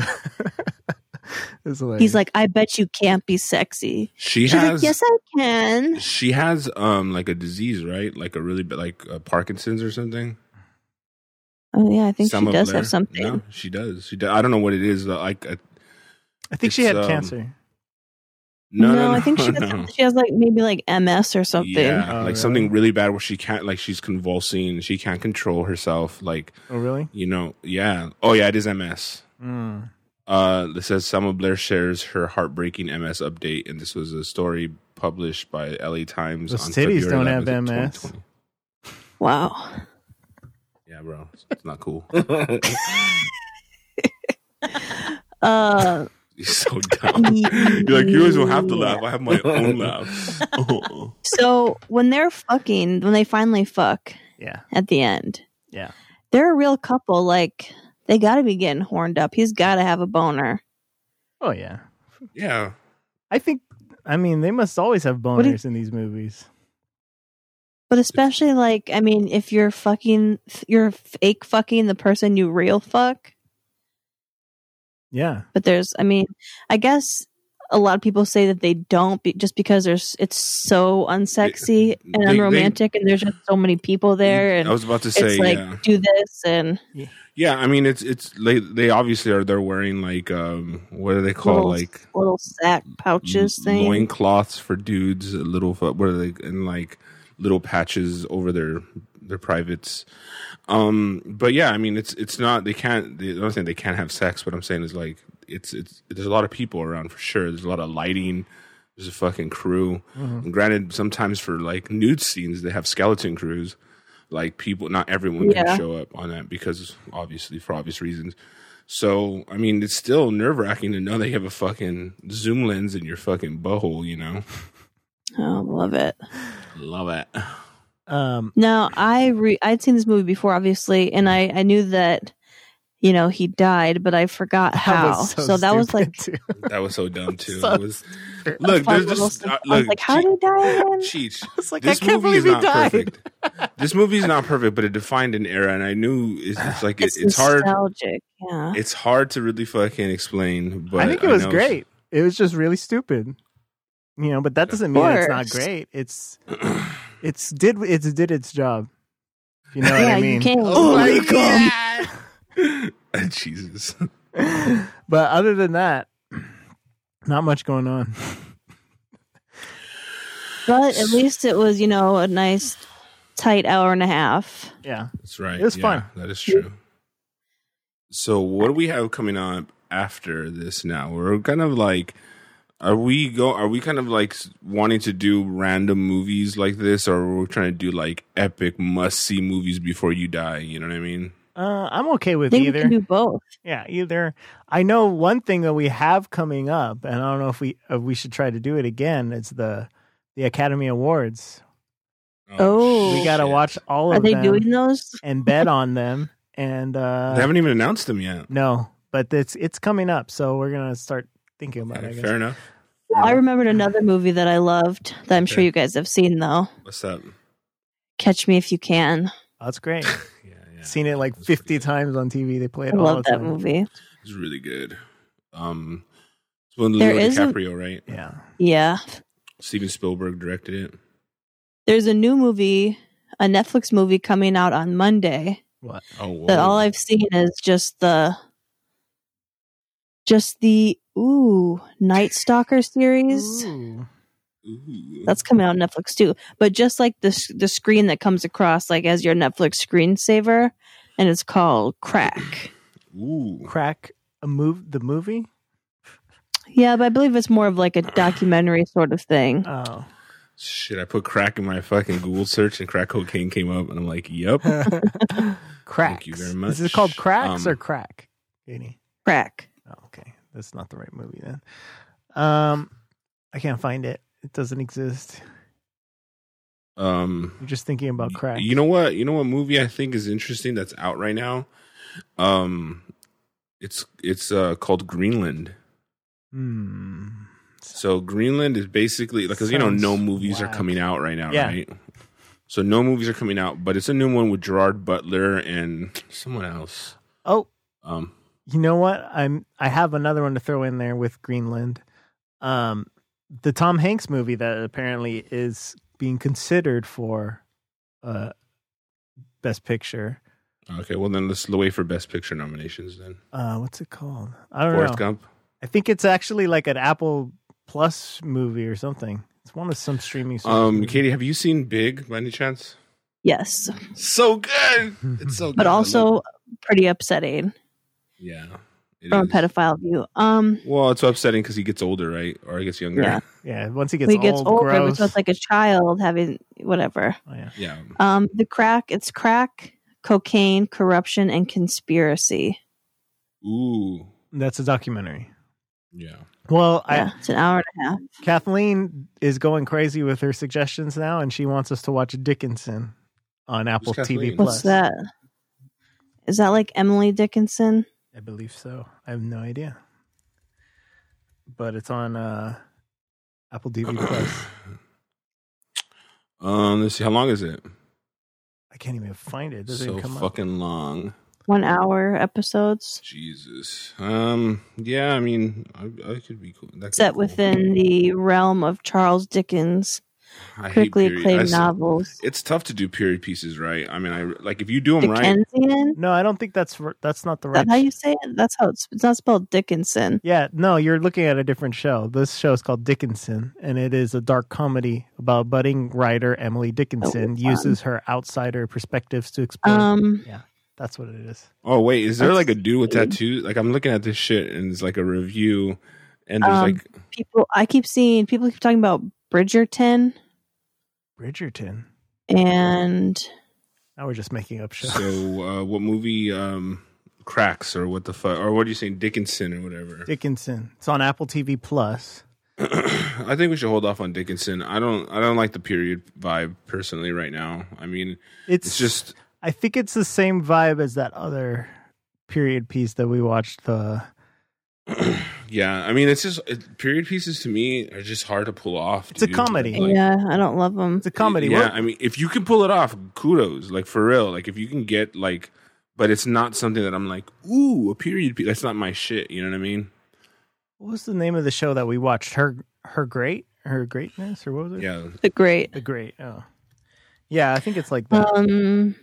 It's hilarious. He's like, I bet you can't be sexy. She She's has. like, yes, I can. she has um like a disease, right? Like a really bad, like uh, Parkinson's or something. Oh yeah, I think she Selma does Blair. have something. No, she does. She does. I don't know what it is. though. Like uh, I think she had it's, um, cancer. no, no, I think she no, has, no. she has like maybe like MS or something. Yeah, Oh, like really? something really bad where she can't, like she's convulsing, she can't control herself. Like Oh, really? you know, yeah. Oh yeah, it is MS. Mm. Uh, it says Selma Blair shares her heartbreaking MS update, and this was a story published by LA Times. Those on titties February don't have 11th, MS. 2020. Wow. Yeah, bro, it's not cool. Uh, You're so dumb. You're like, you always don't have to laugh. I have my own laugh. Oh. So when they're fucking, when they finally fuck Yeah. at the end, Yeah. they're a real couple. Like they got to be getting horned up. He's got to have a boner. Oh yeah. Yeah. I think. I mean, they must always have do you- boners in these movies. But especially like, I mean, if you're fucking, you're fake fucking the person you real fuck. Yeah. But there's, I mean, I guess a lot of people say that they don't be, just because there's, it's so unsexy and They- they- unromantic, and there's just so many people there, and I was about to say, it's like yeah. do this and Yeah, I mean, it's, it's, they, they obviously are, they're wearing like, um, what are they called? Little Like, little sack pouches thing. loincloths for dudes, a little fu- what are they and like little patches over their their privates. Um but yeah, I mean it's it's not they can't the other thing they can't have sex, what I'm saying is like it's it's there's a lot of people around for sure. There's a lot of lighting, there's a fucking crew. Mm-hmm. And granted, sometimes for like nude scenes they have skeleton crews. Like people not everyone Yeah. can show up on that because obviously for obvious reasons. So I mean, it's still nerve wracking to know they have a fucking zoom lens in your fucking butthole. You know, Oh, love it. love it. Um. Now I re- I'd seen this movie before, obviously, and I I knew that you know he died, but I forgot how. was so that was stupid, like too. That was so dumb too. So It was- stupid. a look, fun there's little just surprise. uh, I look. was like, how did he die? Again? Cheech, It's like, I this can't movie is believe not he died. perfect. This movie is not perfect, but it defined an era, and I knew it's, it's like it, It's, it's hard. nostalgic. Yeah. It's hard to really fucking explain. But I think it was know- great. It was just really stupid. You know, but that doesn't mean it's not course. great. It's it's did it's did its job. You know what yeah, I mean? you can't. Oh my my god! Jesus. But other than that, not much going on. But at least it was, you know, a nice tight hour and a half. Yeah. That's right. It was Yeah, fun. That is true. So what do we have coming up after this now? We're kind of like are we go are we kind of like s- wanting to do random movies like this or we're trying to do like epic must see movies before you die, you know what I mean? Uh, I'm okay I with think we either. can do both. yeah, either. I know one thing that we have coming up, and I don't know if we if we should try to do it again. It's the the Academy Awards. Oh. We gotta shit. watch all Are of they them doing those? and bet on them. And uh, They haven't even announced them yet. No, but it's it's coming up, so we're gonna start thinking about Okay, it. I guess. fair enough. Well, I remembered another movie that I loved that I'm sure Okay. you guys have seen though. What's up? Catch Me If You Can. Oh, that's great. Yeah, yeah. Seen it like That's pretty fifty good. times on TV. They play I it all the love that time. movie. It's really good. Um it's one There Leo is a- DiCaprio, right? Yeah, Yeah. Steven Spielberg directed it. There's a new movie, a Netflix movie coming out on Monday Oh, whoa. that all I've seen is just the just the ooh, Night Stalker series. Ooh. Ooh. That's coming out on Netflix too. But just like the s- the screen that comes across like as your Netflix screensaver and it's called Crack. Ooh. crack a move the movie. Yeah, but I believe it's more of like a documentary sort of thing. Oh, Shit, I put crack in my fucking Google search and crack cocaine came up, and I'm like, yep. cracks. you very Is much. it called cracks Um, or crack? Any? Crack. Oh, okay, that's not the right movie then. Um, I can't find it. It doesn't exist. Um, I'm just thinking about crack. you know what? You know what movie I think is interesting that's out right now? Um, it's it's uh called Greenland. Hmm. So Greenland is basically like, cause you know, Sounds no movies whack. are coming out right now, Yeah. right? So no movies are coming out, but it's a new one with Gerard Butler and someone else. Oh, Um, You know what? I'm I have another one to throw in there with Greenland. Um the Tom Hanks movie that apparently is being considered for uh best picture. okay, well then let's wait for Best Picture nominations then. Uh what's it called? I don't Forrest know. Gump. I think it's actually like an Apple Plus movie or something. It's one of some streaming service Um, movie. Katie, have you seen Big by any chance? Yes. so good. It's uh, so good. But I love also pretty upsetting it. yeah. it from a is. pedophile view. Um well, it's upsetting because he gets older, right? Or he gets younger. Yeah. Yeah, once he gets, when he gets old, older, gross. but so it's like a child having whatever. oh, yeah. Yeah. Um the crack, it's crack, cocaine, corruption, and conspiracy. Ooh. That's a documentary. Yeah. Well, I, yeah, it's an hour and a half. Kathleen is going crazy with her suggestions now, and she wants us to watch Dickinson on Apple TV Kathleen? Plus. What's that? Is that like Emily Dickinson? I believe so. I have no idea, but it's on uh, Apple TV Plus. Um, let's see. How long is it? I can't even find it. it doesn't so even come up. fucking long. One hour episodes. Jesus. Um. Yeah. I mean, I, I could be cool. That could Set be cool. within the realm of Charles Dickens' I hate critically period- I acclaimed s- novels. It's tough to do period pieces right. I mean, I like if you do them right. Dickensian? No, I don't think that's r- that's not the Is that right. how you say it? That's how it's, it's not spelled Dickinson. yeah, no, you're looking at a different show. This show is called Dickinson, and it is a dark comedy about budding writer Emily fun. Dickinson uses her outsider perspectives to explore. Oh, Um, that's what it is. Oh wait, is there Let's like a dude with see. tattoos? Like I'm looking at this shit and it's like a review, and there's Um, like people. I keep seeing people keep talking about Bridgerton Bridgerton. and Now we're just making up shows. so uh, what movie? Um, cracks or what the fuck or what do you say Dickinson or whatever. Dickinson. It's on Apple TV Plus. I think we should hold off on Dickinson. I don't. I don't like the period vibe personally right now. I mean, It's, it's just I think it's the same vibe as that other period piece that we watched. The Yeah, I mean, it's just it, period pieces to me are just hard to pull off. It's a dude. comedy. Like, yeah, I don't love them. it's a comedy. Yeah, We're- I mean, if you can pull it off, kudos. Like for real. Like if you can get like, but it's not something that I'm like, ooh, a period piece. That's not my shit. You know what I mean? What was the name of the show that we watched? Her, her great, her greatness, or what was it? Yeah. The Great. the great. Oh, yeah. I think it's like that. Um,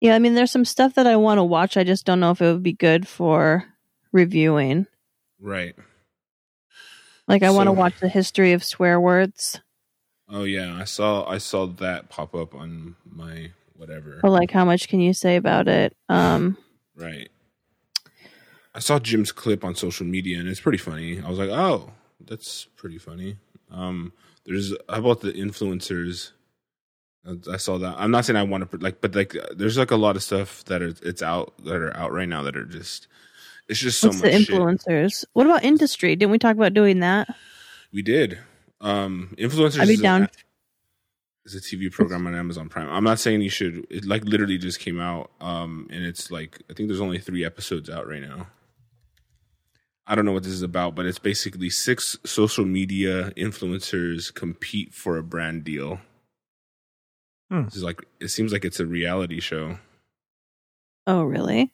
yeah, I mean, there's some stuff that I want to watch. I just don't know if it would be good for reviewing. Right. Like, I want to So- watch the history of swear words, Oh yeah, I saw I saw that pop up on my whatever. but like, how much can you say about it? Um, Right. I saw Jim's clip on social media and it's pretty funny. I was like, oh, that's pretty funny. Um, there's how about the influencers? I- I saw that. I'm not saying I want to like, but like, there's like a lot of stuff that are it's out that are out right now that are just it's just so what's the much shit. influencers? What about industry? Didn't we talk about doing that? We did. Um, influencers. I'd be is an down. a- is a TV program on Amazon Prime. I'm not saying you should. It like literally just came out, um, and it's like I think there's only three episodes out right now. I don't know what this is about, but it's basically six social media influencers compete for a brand deal. Hmm. This is like it seems like it's a reality show. Oh, really?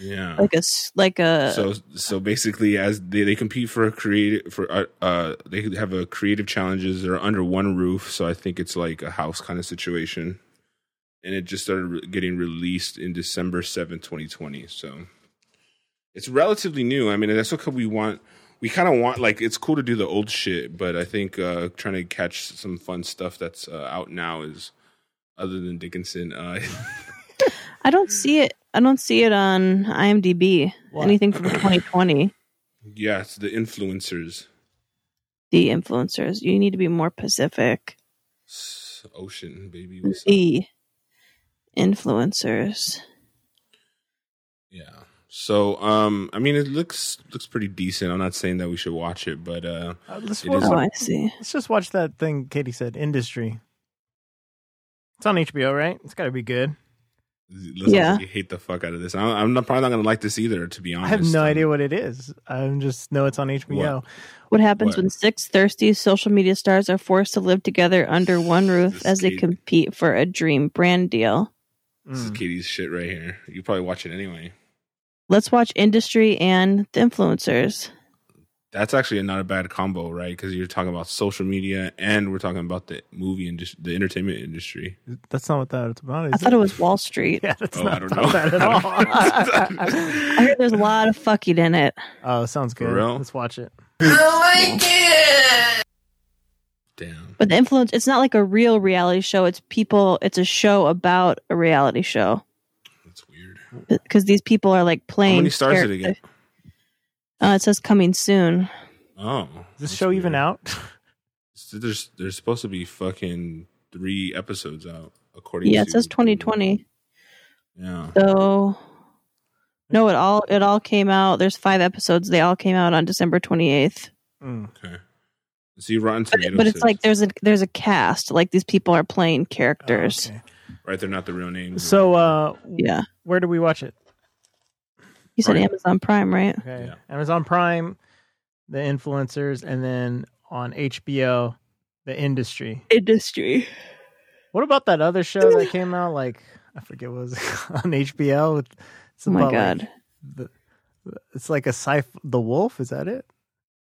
Yeah. Like a s- like a so so basically as they, they compete for a creative for uh, uh they have a creative challenges they're under one roof so i think it's like a house kind of situation and it just started re- getting released in december seventh, 2020 so it's relatively new i mean that's what we want we kind of want like it's cool to do the old shit but i think uh trying to catch some fun stuff that's uh, out now is other than dickinson uh I don't see it. I don't see it on IMDb. What? Anything from 2020. yeah it's the influencers The influencers. You need to be more specific. S- ocean baby what's up? the E. influencers. Yeah. So, um, I mean, it looks looks pretty decent. I'm not saying that we should watch it, but uh, Uh, let's, it watch, is- Oh, I see. let's just watch that thing Katie said. Industry. It's on HBO, right? It's got to be good. listen, Yeah. you hate the fuck out of this. I'm, I'm not probably not gonna like this either, to be honest. Um, I have no idea what it is. I just know it's on HBO. What happens What? when six thirsty social media stars are forced to live together under one roof This as they kid. compete for a dream brand deal? This is Mm. Katie's shit right here. You probably watch it anyway. Let's watch industry and the influencers. That's actually not a bad combo, right? Because you're talking about social media and we're talking about the movie and just the entertainment industry. That's not what that's about. Is I thought it was Wall Street. Yeah, that's Oh, not I don't about know. that at all. I heard there's a lot of fucking in it. oh, sounds For good. real? Let's watch it. Damn. But the influence it's not like a real reality show. It's people it's a show about a reality show. That's weird. Because these people are like playing. many stars did it characters. Uh, it says coming soon. Oh. Is this that's show even weird. out? So There's there's supposed to be fucking three episodes out according Yeah, to it says 2020. Yeah. So No, it all it all came out. There's five episodes. They all came out on December 28th. Mm. Okay. See Rotten But, Tomatoes. but it's says- like there's a there's a cast. Like these people are playing characters. Okay. right. They're not the real names. So, uh, Yeah. where do we watch it? You said Right. Amazon Prime, right? Okay. Yeah. Amazon Prime, the influencers, and then on HBO, the industry. Industry. What about that other show that came out? Like I forget what it was on HBO. with- It's Oh my about, god. like, it's like a sci. The Wolf is that it?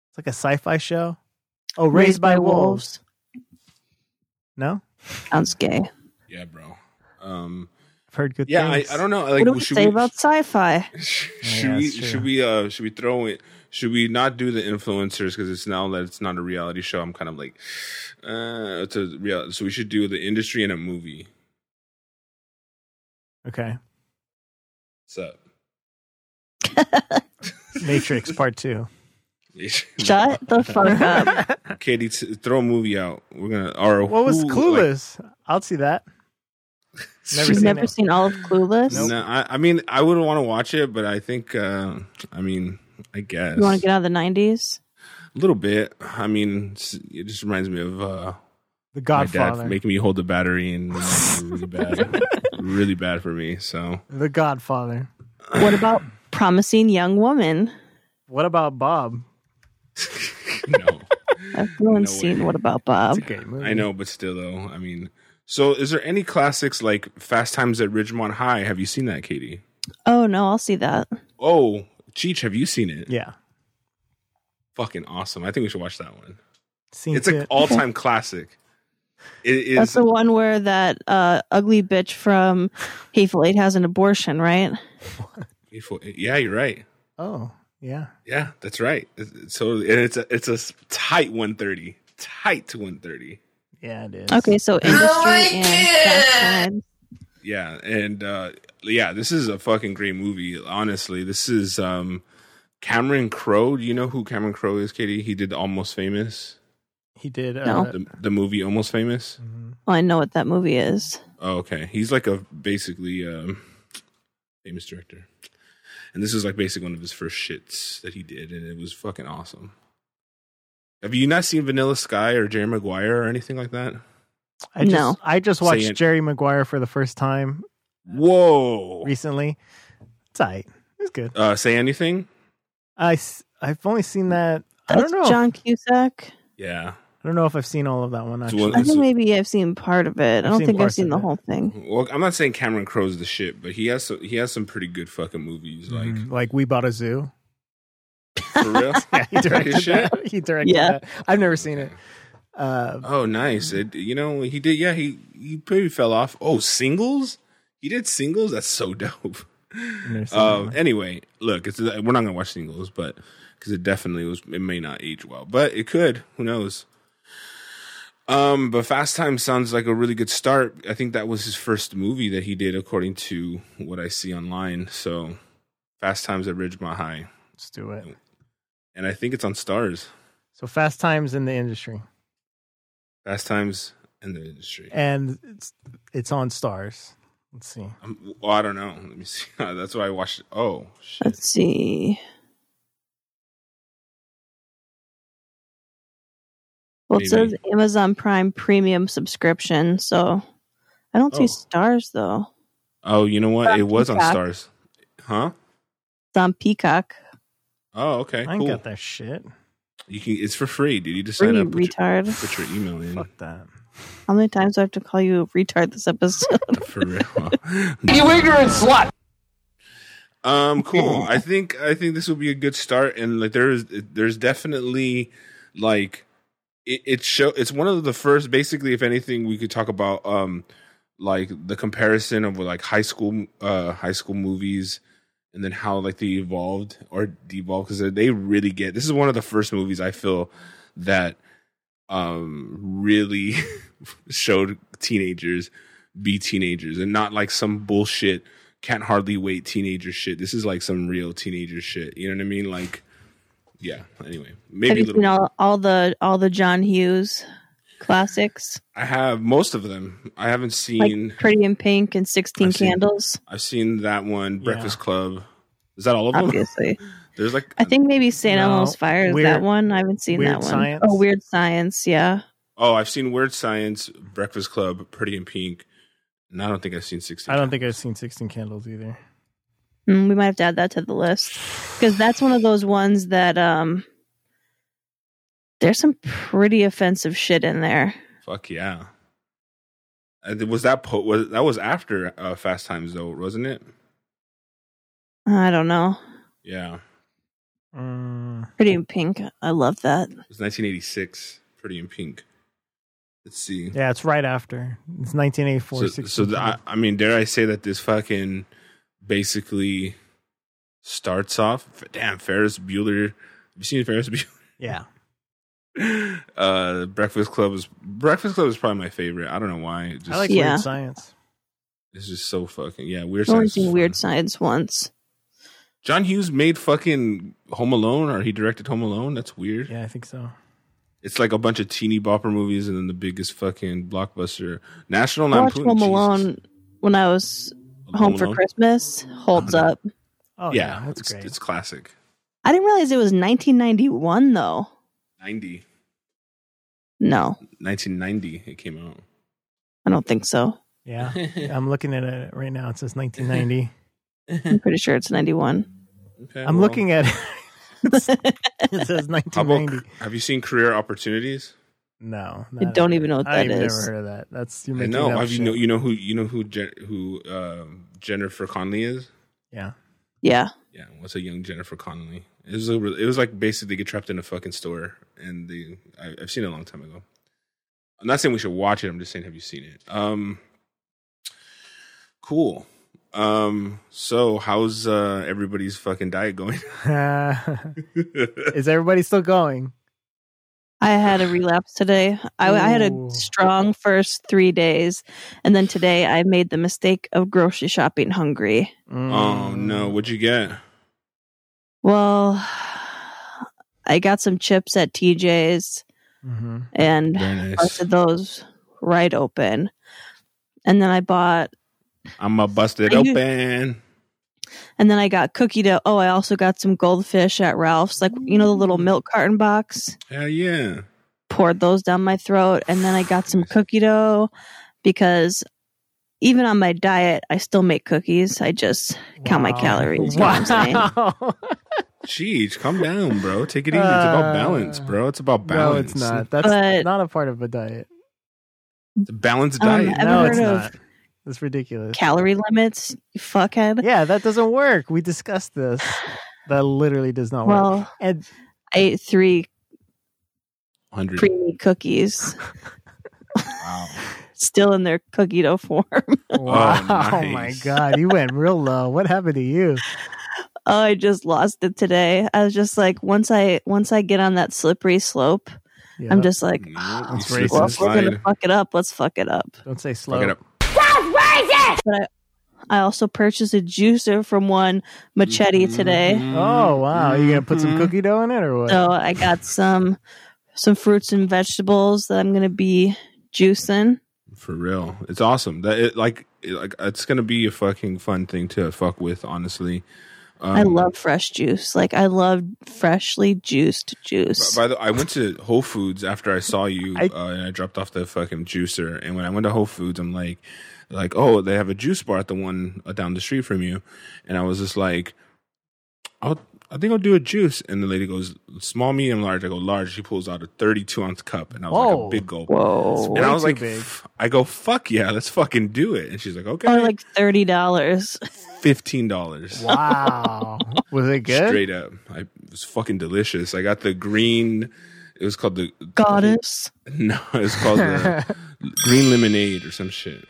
It's like a sci-fi show. Oh, Raised, by, wolves. No, Sounds gay. yeah, bro. Um, I've heard good yeah, I, things. I don't know. Like, what do we should say about sci-fi? should Oh, Yeah, we that's true. should we uh should we throw it? Should we not do the influencers because it's now that it's not a reality show? I'm kind of like, uh, it's a real. So we should do the industry and a movie. Okay, What's up? Matrix Part Two. Shut the fuck up. what Katie, t- throw a movie out. We're gonna. Or was who, like- Clueless? I'll see that. Never You've seen never it. seen all of Clueless? Nope. No, I, I mean, I would want to watch it, but I think, uh, I mean, I guess You want to get out of the nineties? a little bit. I mean, it's- it just reminds me of uh, my The dad Godfather. making me hold the battery and uh, really bad, really bad for me. So the Godfather. What about Promising Young Woman? What about Bob? no, Everyone's No seen way. What About Bob? It's a great movie. I know, but still, though, I mean, so is there any classics like Fast Times at Ridgemont High? Have you seen that, Katie? Oh no, I'll see that. Oh, Cheech, have you seen it? Yeah, Fucking awesome! I think we should watch that one. seen it's an it. all-time classic. It is. That's the one where that uh, ugly bitch from Hateful Eight has an abortion, right? yeah, you're right. Oh yeah, Yeah, that's right. It's- it's So and it's a it's a s- tight 130, tight to 130. yeah it is. Okay, so industry and fast times. Yeah, and uh yeah, this is a fucking great movie. Honestly, this is um Cameron Crowe. Do you know who Cameron Crowe is, Katie? He did Almost Famous, he did. Uh, No. the, the movie Almost Famous. mhm. Well, I know what that movie is. Oh, okay, he's like a basically um famous director, and this is like basically one of his first shits that he did, and it was fucking awesome. Have you not seen Vanilla Sky or Jerry Maguire or anything like that? I just, No. I just Say watched it. Jerry Maguire for the first time Whoa. recently. It's alright. It's good. Uh, say anything? I have only seen that. I That's don't know. John Cusack. Yeah. I don't know if I've seen all of that one. It's Actually, one- I think maybe I've seen part of it. I I've don't seen think I've parts seen of the it. whole thing. Well, I'm not saying Cameron Crowe's the shit, but he has some, he has some pretty good fucking movies. Like Mhm. like we bought a zoo. for real. Yeah, he Dirty directed shit. that. He directed Yeah. that. I've never seen it. Uh, Oh, nice. It, you know he did. Yeah, he he pretty fell off. Oh, singles. He did singles. That's so dope. I've never seen that Uh, one. anyway, look, it's uh, we're not gonna watch singles, but because it definitely was, it may not age well, but it could. Who knows? Um, but Fast Time sounds like a really good start. I think that was his first movie that he did, according to what I see online. So, Fast Times at Ridgemont High, Let's do it. and I think it's on Stars. So fast times in the industry, Fast Times in the industry. and it's it's on stars. Let's see. Um, well, I don't know. Let me see. That's why I watched. It. Oh shit! Let's see. Well, it Maybe. says Amazon Prime Premium subscription, so I don't Oh. see stars though. Oh, you know what? It was on Peacock. Stars, huh? It's on Peacock. Oh, okay, I ain't cool. got that shit. You can. It's for free, dude. You just Free sign up. Put your, retard. put your email in Fuck that. How many times do I have to call you retard this episode? for real. You ignorant slut! um, cool. I think I think this will be a good start, and like there is there's definitely like it, it show. It's one of the first. Basically, if anything, we could talk about um like the comparison of like high school uh high school movies and then how like they evolved or devolved because they really get this is one of the first movies i feel that um really showed teenagers be teenagers and not like some bullshit can't hardly wait teenager shit this is like some real teenager shit you know what i mean like yeah anyway have maybe a you little seen all, all the all the John Hughes classics, i have most of them i haven't seen like Pretty in Pink and Sixteen I've seen- Candles? I've seen that one, Breakfast Club. Is that all of them? obviously. There's like I think maybe St. No, Elmo's Fire is Weird- that one. I haven't seen Weird that one. Science? Oh, Weird Science. Yeah. oh, I've seen Weird Science, Breakfast Club, Pretty in Pink, and I don't think I've seen sixteen. I don't think I've seen 16 Candles either. Mm, we might have to add that to the list because that's one of those ones that um there's some pretty offensive shit in there. Fuck yeah. Uh, th- Was that po- was that was after uh, Fast Times though, wasn't it? I don't know. Yeah, Mm, Pretty in pink. I love that. it was 1986. Pretty in Pink. Let's see. yeah, it's right after. It's 1984. so, 16 so th- I, Candles. I mean, dare I say that this fucking basically starts off? f- Damn, Ferris Bueller. Have you seen Ferris Bueller? yeah. Uh, Breakfast Club is Breakfast Club is probably my favorite. I don't know why. It just, I like Yeah. Weird Science. it's just so fucking yeah. Weird. I've only Science is seen fun. Weird Science once. John Hughes made fucking Home Alone, or he directed Home Alone. That's weird. Yeah, I think so. It's like a bunch of teeny bopper movies, and then the biggest fucking blockbuster, National I watched Lampoon. Home Jesus. Alone when I was home, for Alone? Christmas. Holds Home up. Oh, yeah, yeah, that's it's, great. It's classic. I didn't realize it was 1991 though. Ninety. No, 1990 it came out. I don't think so. yeah. I'm looking at it right now. It says 1990. I'm pretty sure it's 91. Okay, I'm well, looking at it. It's- it says How about, 1990. have you seen Career Opportunities? No, I not- don't even know what I that even is. never heard of that. That's you're I making know. e- up Have you shit. know you know who you know who Jen, who um Jennifer Connelly is? yeah, Yeah. Yeah, what's a young Jennifer Connelly? It was a, re- it was like basically they get trapped in a fucking store, and they I, I've seen it a long time ago. I'm not saying we should watch it. I'm just saying, have you seen it? Um, cool. Um, so how's uh everybody's fucking diet going? is everybody still going? I had a relapse today. I, I had Ooh. a strong first three days, and then today I made the mistake of grocery shopping hungry. oh Mm. no, what'd you get? Well, I got some chips at TJ's Mhm. and Very nice. busted those right open, and then I bought, I'm gonna bust it Are you- open. and then I got cookie dough. Oh, I also got some goldfish at Ralph's, like you know the little Mm. milk carton box. Hell yeah. poured those down my throat and then I got some cookie dough because even on my diet I still make cookies. I just count my Wow. calories. You know what I'm saying? Wow. Jeez, calm down, bro. Take it easy. it's about balance, bro. It's about Uh, No, balance. it's not. That's But- not a part of a diet. It's a balanced Um, diet. I've no, heard it's of- not. That's ridiculous. Calorie limits, you fuckhead. yeah, that doesn't work. We discussed this. That literally does not work. Well, And I ate three 100. creamy cookies Wow. still in their cookie dough form. wow, oh my nice. god, you went real low. What happened to you? Oh, I just lost it today. I was just like once I once I get on that slippery slope, Yeah, I'm just like No, "Ah, it's racist. well, Slip if and we're gonna slide. fuck it up. Let's fuck it up. don't say slow. Fuck it up. I also purchased a juicer from one machete Mm-hmm. today. Oh wow, you gonna put some Mhm. cookie dough in it or what? Mm-hmm. So I got some some fruits and vegetables that I'm gonna be juicing. For real. It's awesome. That it, like it, like it's going to be a fucking fun thing to fuck with, honestly. Um, I love fresh juice. Like I love freshly juiced b- juice. By the I went to Whole Foods after I saw you I- uh, and I dropped off the fucking juicer and when I went to Whole Foods I'm like like oh they have a juice bar at the one uh, down the street from you and I was just like I'll I think I'll do a juice and the lady goes small medium large I go large she pulls out a 32 ounce cup and I was like Whoa. a big gulp Whoa. and I was too like big. "F- I go fuck yeah let's fucking do it and she's like okay Or like thirty dollars. fifteen dollars. Wow, was it good? Straight up, I, it was fucking delicious. I got the green. It was called the Goddess. No, it's called the green lemonade or some shit.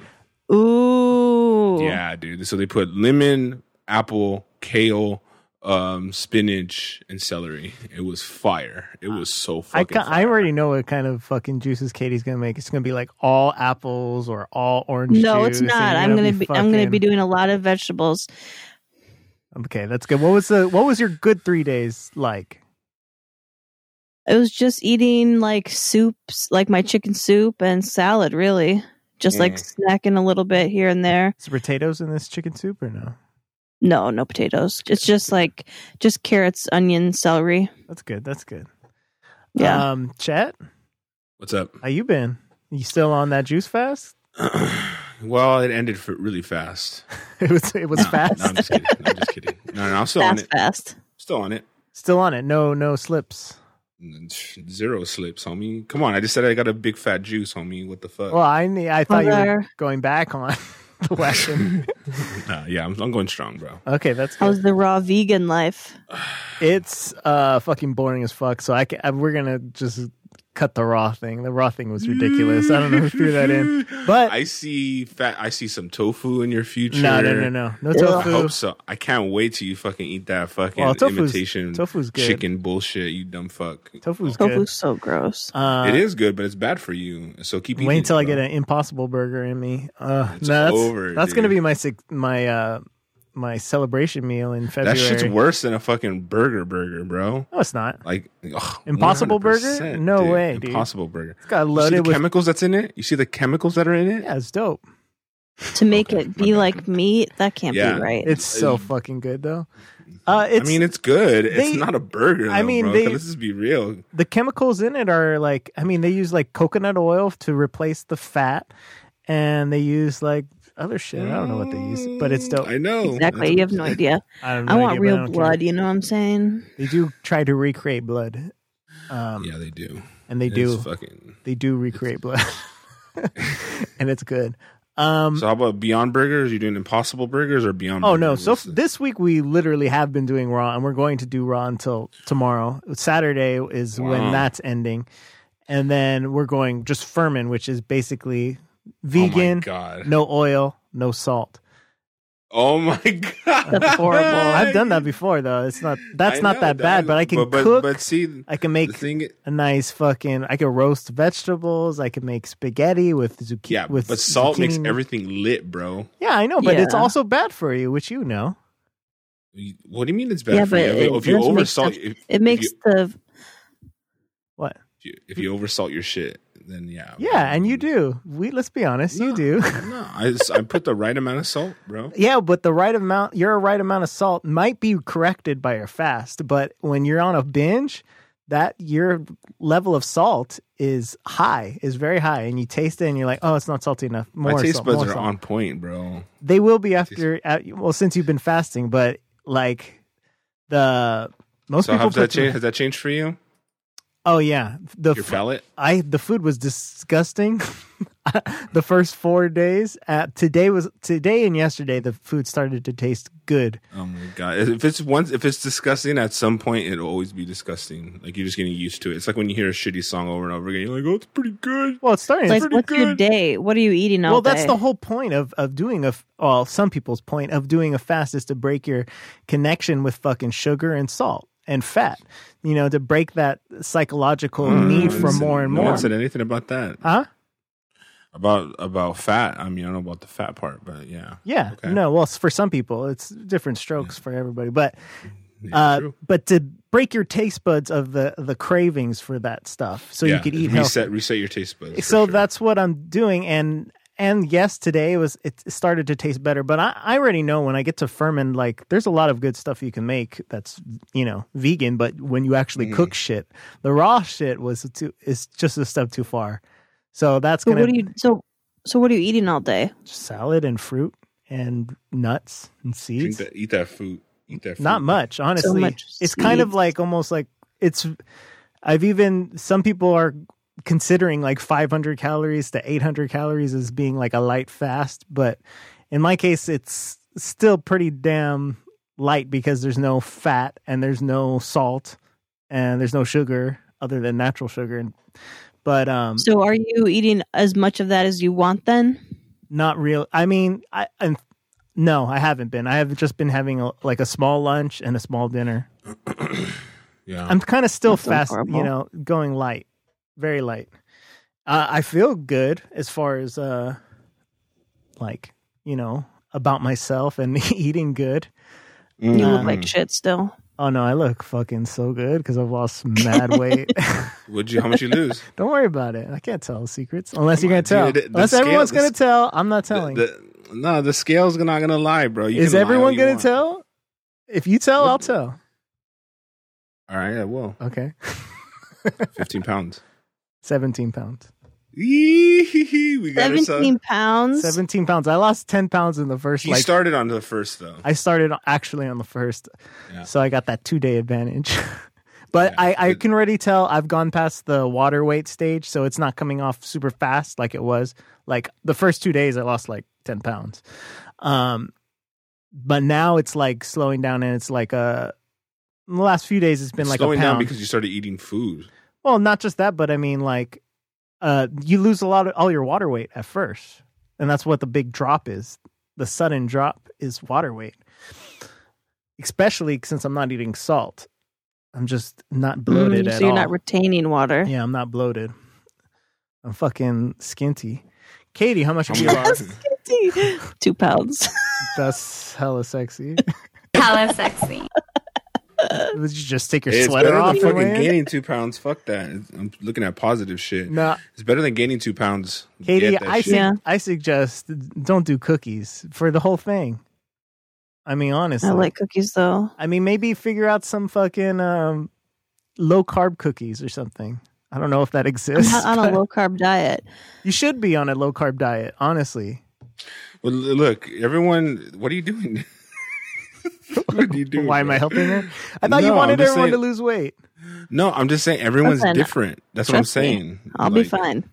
Ooh. Yeah, dude. So they put lemon, apple, kale, um, spinach, and celery. It was fire. It was so I, fucking. ca- I fire. already know what kind of fucking juices Katie's gonna make. It's gonna be like all apples or all orange. No, it's juice, and not. you're I'm gonna be, I'm gonna be fucking- doing a lot of vegetables. Okay, that's good. What was the what was your good three days like? It was just eating like soups, like my chicken soup and salad, really. Just like snacking a little bit here and there. Is there potatoes in this chicken soup or no? No, no potatoes. It's just like just carrots, onion, celery. That's good. That's good. Yeah. Um, Chet, What's up? how you been? You still on that juice fast? well, it ended for really fast. It was it was No, fast. No, I'm just kidding. No, I'm just kidding. No, no, I'm still on Fast, it. fast. Still on it. Still on it. No no slips. Mm, Zero slips, homie. Come on. I just said I got a big fat juice, homie. What the fuck? Well, I ne- I thought you were Brother. going back on the Western. Nah, yeah, I'm, I'm going strong, bro. okay, that's good. How's the raw vegan life? It's uh fucking boring as fuck. So I, ca- I we're gonna just cut the raw thing. The raw thing was ridiculous. I don't know who threw that in, but I see fat. I see some tofu in your future. no, no, no, no, no I tofu. hope so. I can't wait till you fucking eat that fucking Well, tofu's- imitation tofu's good. chicken bullshit. You dumb fuck. Tofu's good. Tofu's so gross. Uh, it is good, but it's bad for you. So keep eating. Wait until it, I get bro. an Impossible Burger in me. Uh, It's no, that's over, that's gonna dude. be my sec- my uh my celebration meal in That February. shit's worse than a fucking burger, burger, bro. No, it's not. Like ugh, Impossible Burger? 100%, No way, dude. Impossible burger. It's got You see the loaded with chemicals that's in it. You see the chemicals that are in it. yeah, it's dope. to make okay, it my be bad. like meat, that can't Yeah. be right. It's so fucking good though. Uh, it's I mean, it's good. they- it's not a burger. I though, mean, bro, they- 'cause let's just be real. the chemicals in it are like I mean they use like coconut oil to replace the fat, and they use like other shit. I don't know what they use, but it's dope. I know exactly. You have no idea. I, have no I want idea, but real don't care. blood. You know what I'm saying? They do try to recreate blood, um, Yeah, they do. and they It's do fucking. they do recreate blood, and it's good. Um, So how about Beyond Burgers? You doing Impossible Burgers or Beyond? Oh Burgers? no! So What's f- the- this week we literally have been doing Raw, and we're going to do Raw until tomorrow. Saturday is when Wow. that's ending, and then we're going just Furman, which is basically oh my vegan, god! no oil, no salt. Oh my god! That's horrible. I've done that before, though. It's not that's I not know, that bad, dog. but I can but, but, cook. But see, the I can make thing, a nice fucking. I can roast vegetables. I can make spaghetti with zucchini. yeah, with but salt makes zucchini. everything lit, bro. Yeah, I know, but it's Yeah. also bad for you, which you know. You- What do you mean it's bad Yeah, for you? but If you- it if you does make over salt, stuff- if, It makes the What? if you, if you over salt your shit, then yeah, Yeah, and you do. We let's be honest, you Mm. No. do. No, I, I put the right amount of salt, bro. Yeah, but the right amount, your right amount of salt might be corrected by your fast, but when you're on a binge, that your level of salt is high, is very high, and you taste it and you're like, oh, it's not salty enough. More My taste salt, buds more are salt. on point, bro. They will be after, at, well, since you've been fasting, but like the most So people. has that put the- changed? Has that changed for you? Oh yeah, the Your f- palate? I the food was disgusting. the first four days. Uh, today was today and yesterday. The food started to taste good. Oh my god! If it's once, if it's disgusting, at some point it'll always be disgusting. Like you're just getting used to it. It's like when you hear a shitty song over and over again. You're like, oh, it's pretty good. Well, it's starting. it's to like, pretty what's your good. day? What are you eating all well that's day? the whole point of of doing a f- well some people's point of doing a fast is to break your connection with fucking sugar and salt and fat you know to break that psychological need No for one said- more and No more one said anything about that. huh About about fat. I mean, I don't know about the fat part, but yeah, yeah Okay. no well it's for some people it's different strokes for everybody but Yeah, uh true. but to break your taste buds of the the cravings for that stuff so Yeah, you could eat healthy. reset reset your taste buds. for so sure. that's what I'm doing and and yes today it was it started to taste better but I, I already know when I get to Furman like there's a lot of good stuff you can make that's you know vegan but when you actually Mm. cook shit the raw shit was too is just a step too far so that's so gonna what Mm-hmm. are you so so what are you eating all day? salad and fruit and nuts and Drink seeds that- eat that food. Eat that. Food. not much honestly much it's kind of seeds. like almost like it's i've even some people are considering like 500 calories to 800 calories as being like a light fast but in my case it's still pretty damn light because there's no fat and there's no salt and there's no sugar other than natural sugar and but um So are you eating as much of that as you want then? not real i mean i and no i haven't been i have just been having a, like a small lunch and a small dinner Yeah. I'm kind of still That sounds fast, you horrible. know, going light, very light. Uh, I feel good as far as uh, like you know about myself and eating good. Mm. You look like shit still. Oh no, I look fucking so good because I've lost mad weight. Would you? How much you lose? Don't worry about it. I can't tell secrets unless you're gonna Come tell. on, dude, the unless scale- everyone's the gonna s- tell, I'm not The- telling. the- No, the scale's not gonna lie, bro. You Is can lie all everyone you gonna want. tell? If you tell, What- I'll tell. All right, I will. Okay. Fifteen pounds. 17 pounds. Eee-hee-hee, we got ourselves. 17 pounds. 17 pounds. I lost 10 pounds in the first. He Like, started on the first though. I started actually on the first. Yeah. So I got that two day advantage. but Yeah, I, I good. can already tell I've gone past the water weight stage. So it's not coming off super fast like it was. Like the first two days, I lost like 10 pounds. Um, but now it's like slowing down and it's like a. In the last few days, it's been like slowing a pound. down because you started eating food. Well, not just that, but I mean, like, uh, you lose a lot of all your water weight at first, and that's what the big drop is. The sudden drop is water weight, especially since I'm not eating salt. I'm just not Mm, bloated so at you're all. not retaining water. yeah, I'm not bloated. I'm fucking skinty. Katie, how much How have you much- lost? Two pounds. That's hella sexy. Hella sexy. Did you just take your It's sweater better off? than and fucking lay in? gaining two pounds. Fuck that. I'm looking at positive shit. No, It's better than gaining two pounds. Mm. Katie, Get that I shit. sug- Yeah. I suggest don't do cookies for the whole thing. I mean, honestly, I like cookies though. I mean, maybe figure out some fucking um, low carb cookies or something. I don't know if that I'm exists. not on a but low carb diet. you should be on a low carb diet, honestly. Well, l- look, everyone, what are you doing? what are you doing? Why am I bro? helping her? I thought you No, I'm wanted just everyone to saying- lose weight. No, I'm just saying everyone's Listen, different. That's what I'm trust me. saying. I'll be Like, fine.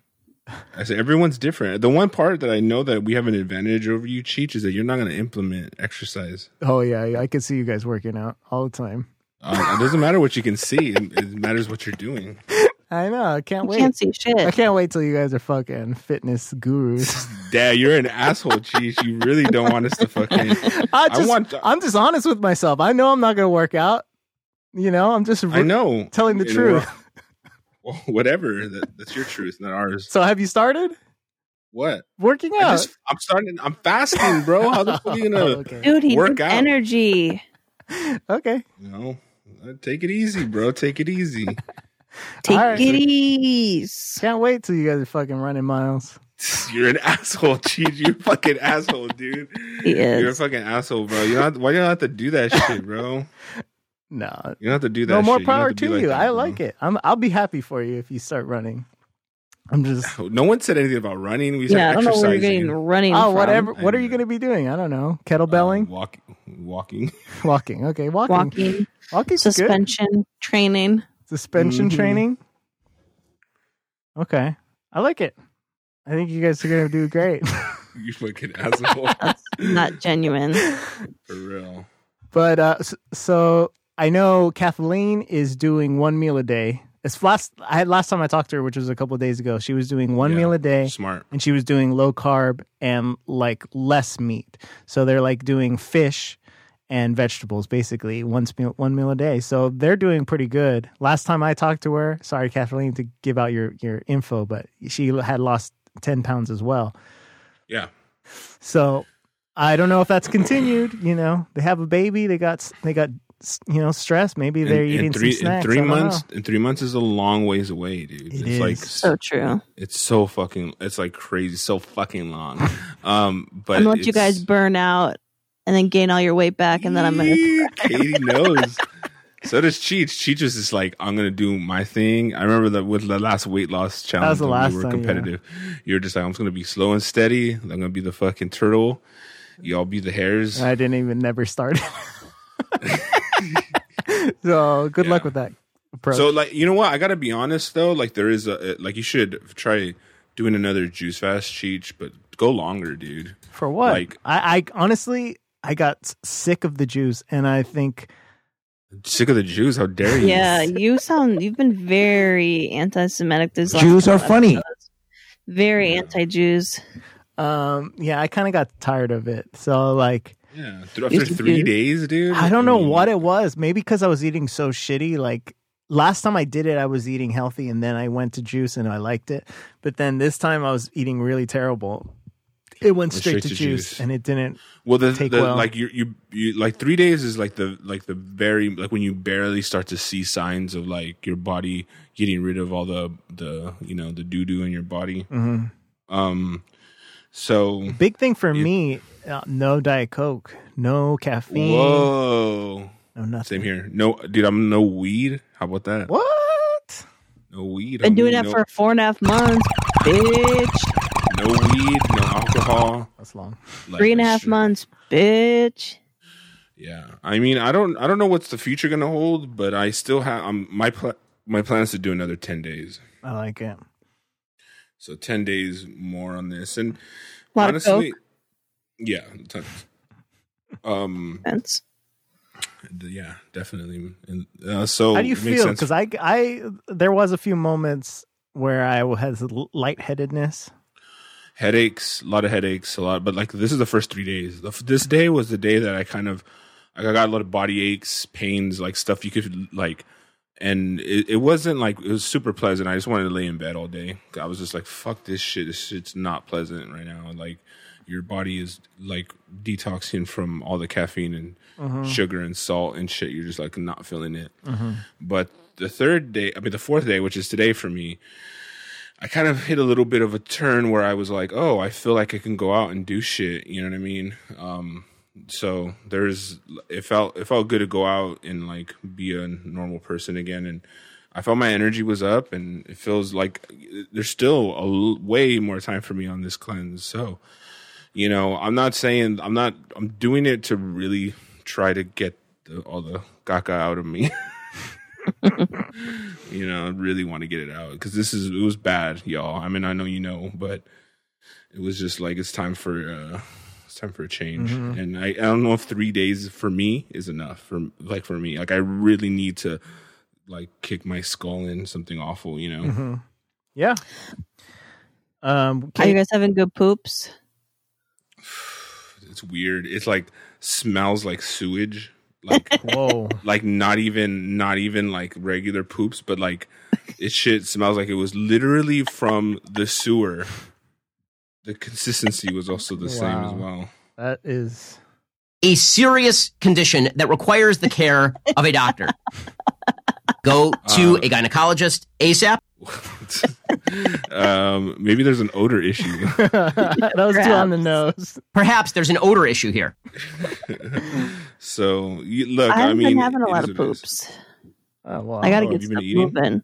I said everyone's different. The one part that I know that we have an advantage over you, Cheech, is that you're not going to implement exercise. Oh yeah, yeah, I could see you guys working out all the time. Uh, it doesn't matter what you can see; it, it matters what you're doing. I know. I can't You wait. can't see shit. I can't wait till you guys are fucking fitness gurus. Dad, you're an asshole, Cheech. You really don't want us to fucking. I just, want- I'm just honest with myself. I know I'm not going to work out. You know, I'm just I know telling the You know, truth. well, whatever. That, that's your truth, not ours. So have you started What? working I out? Oh, just, I'm starting. I'm fasting, bro. How the fuck are you gonna? okay. Dude, he Work needs out. energy. okay. You know, uh, take it easy, bro. Take it easy. Take All right. it easy. Can't wait till you guys are fucking running miles. You're an asshole, Cheech. You're a fucking asshole, dude. He is. You're a fucking asshole, bro. You don't. Why do you have to do that shit, bro? No, You don't have to do that. no more shit. power don't have to, be you. that, I bro. like it. I'm, I'll be happy for you if you start running. I'm just No one said anything about running. We said Yeah, I don't know where you're exercising. getting running. oh from. whatever. What are I you know. going to be doing? I don't know. Um, Kettlebelling, walk, walking. walking. Okay, walking. Walking, Walking's good. suspension, training. Suspension Mhm. training. Okay, I like it. I think you guys are going to do great. You fucking asshole. Not genuine. For real. But uh, s- so I know Kathleen is doing one meal a day. It's last I had last time I talked to her, which was a couple of days ago. She was doing one Yeah. meal a day, Smart. and she was doing low carb and like less meat. So they're like doing fish and vegetables basically once meal one meal a day. So they're doing pretty good. Last time I talked to her, sorry Kathleen to give out your your info, but she had lost ten pounds as well. Yeah. So I don't know if that's continued. You know, they have a baby. They got they got you know stress. Maybe they're in, eating in three some snacks. in three I don't months. know. In three months is a long ways away, dude. It it's like is. So true. it's so fucking. It's like crazy. So fucking long. Um, but I'm gonna let you it's- guys burn out and then gain all your weight back, and then I'm gonna. Yee, Katie knows. So does Cheech. Cheech is just like, I'm gonna do my thing. I remember that with the last weight loss challenge the when last we were time, yeah. competitive. You're just like, I'm just gonna be slow and steady. I'm gonna be the fucking turtle. Y'all be the hares. I didn't even never start. so good luck Yeah. with that approach. So like, you know what? I gotta be honest though. Like there is a uh, like you should try doing another juice fast, Cheech, but go longer, dude. For what? like- I, I honestly I got s- sick of the juice, and I think Sick of the Jews? How dare you? Yeah, you sound. You've been very anti-Semitic. This last Jews are couple funny. episodes. Very Yeah. anti-Jews. um yeah I kind of got tired of it. So like Yeah. Th- After three Dude. days, dude. Mm. I don't know mean, what it was. Maybe because I was eating so shitty. Like last time I did it, I was eating healthy, and then I went to juice and I liked it. But then this time I was eating really terrible. It went straight, to, juice, and it didn't. Well, the, take the well. like you you you like three days is like the like the very like when you barely start to see signs of like your body mm-hmm. getting rid of all the the you know the doo doo in your body. mhm. Um, So, Big thing for You- me, uh, no Diet Coke, no caffeine, whoa. no nothing. Same here. No, dude, I'm no weed. How about that? What? No weed. Been homie. doing that no, for four and a half months, bitch. no weed, no alcohol. That's long. Like, Three and a half shit. months, bitch. Yeah, I mean, I don't, I don't know what's the future gonna hold, but I still have. I'm my pl- my plan is to do another ten days. I like it. So ten days more on this, and A lot honestly, of yeah, tons. Um, coke. Sense. th- yeah, definitely. And uh, so, How do you it makes feel? sense. Because I, I, there was a few moments where I had lightheadedness. headaches, a lot of headaches, a lot. But like this is the first three days. The f- This day was the day that I kind of like I got a lot of body aches, pains, like stuff you could like, and it, it wasn't like it was super pleasant. I just wanted to lay in bed all day. I was just like, fuck this shit. This shit's not pleasant right now. Like your body is like detoxing from all the caffeine and sugar and salt and shit. You're just like not feeling it. But the third day, I mean the fourth day, which is today for me, I kind of hit a little bit of a turn where I was like, oh, I feel like I can go out and do shit. You know what I mean? Um, so there's it felt it felt good to go out and like be a normal person again, and I felt my energy was up, and it feels like there's still a l- way more time for me on this cleanse. So you know, I'm not saying I'm not I'm doing it to really try to get the, all the gaga out of me. you know, I really want to get it out because this is it was bad, y'all. I mean, I know you know, but it was just like it's time for uh it's time for a change. And I, I don't know if three days for me is enough for like for me. Like I really need to like kick my skull in something awful, you know. Yeah. Um, Are you Kate, guys having good poops? It's weird. It's like smells like sewage. Like whoa. like not even not even like regular poops, but like it shit smells like it was literally from the sewer. The consistency was also the same as Wow. well. That is a serious condition that requires the care of a doctor. Go to Uh. a gynecologist ASAP. um, maybe there's an odor issue. that was too on the nose. Perhaps there's an odor issue here. so you, look, I I've mean, been having a it lot is of what it is. poops. Oh, wow. I gotta Oh, get have you been stuff eating? Mm, moving.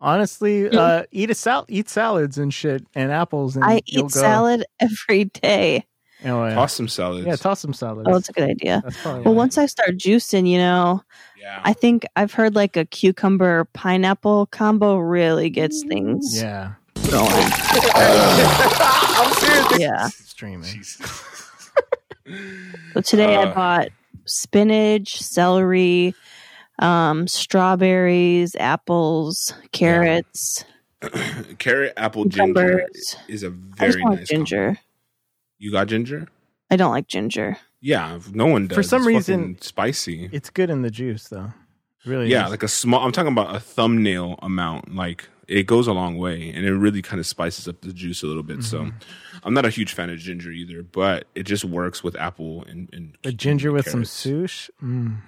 Honestly, Yeah. uh, eat a sal- eat salads and shit and apples. And I you'll eat go. salad every day. Oh, yeah. Toss some salads. yeah, toss some salads. Oh, that's a good idea. That's probably Well, why. once I start juicing, you know, yeah. I think I've heard like a cucumber pineapple combo really Mm. gets things Yeah, going. I'm serious. Yeah. streaming. So today Uh. I bought spinach, celery, um, strawberries, apples, carrots, Carrot apple ginger cucumbers. is a I just don't very nice like combo. ginger. You got ginger? I don't like ginger. Yeah, no one does. For some It's reason- fucking spicy. It's good in the juice though. Really? yeah, is. like a small. I'm talking about a thumbnail amount. Like it goes a long way, and it really kind of spices up the juice a little bit. Mm-hmm. So, I'm not a huge fan of ginger either, but it just works with apple and and the ginger with some carrots. sush. Mm.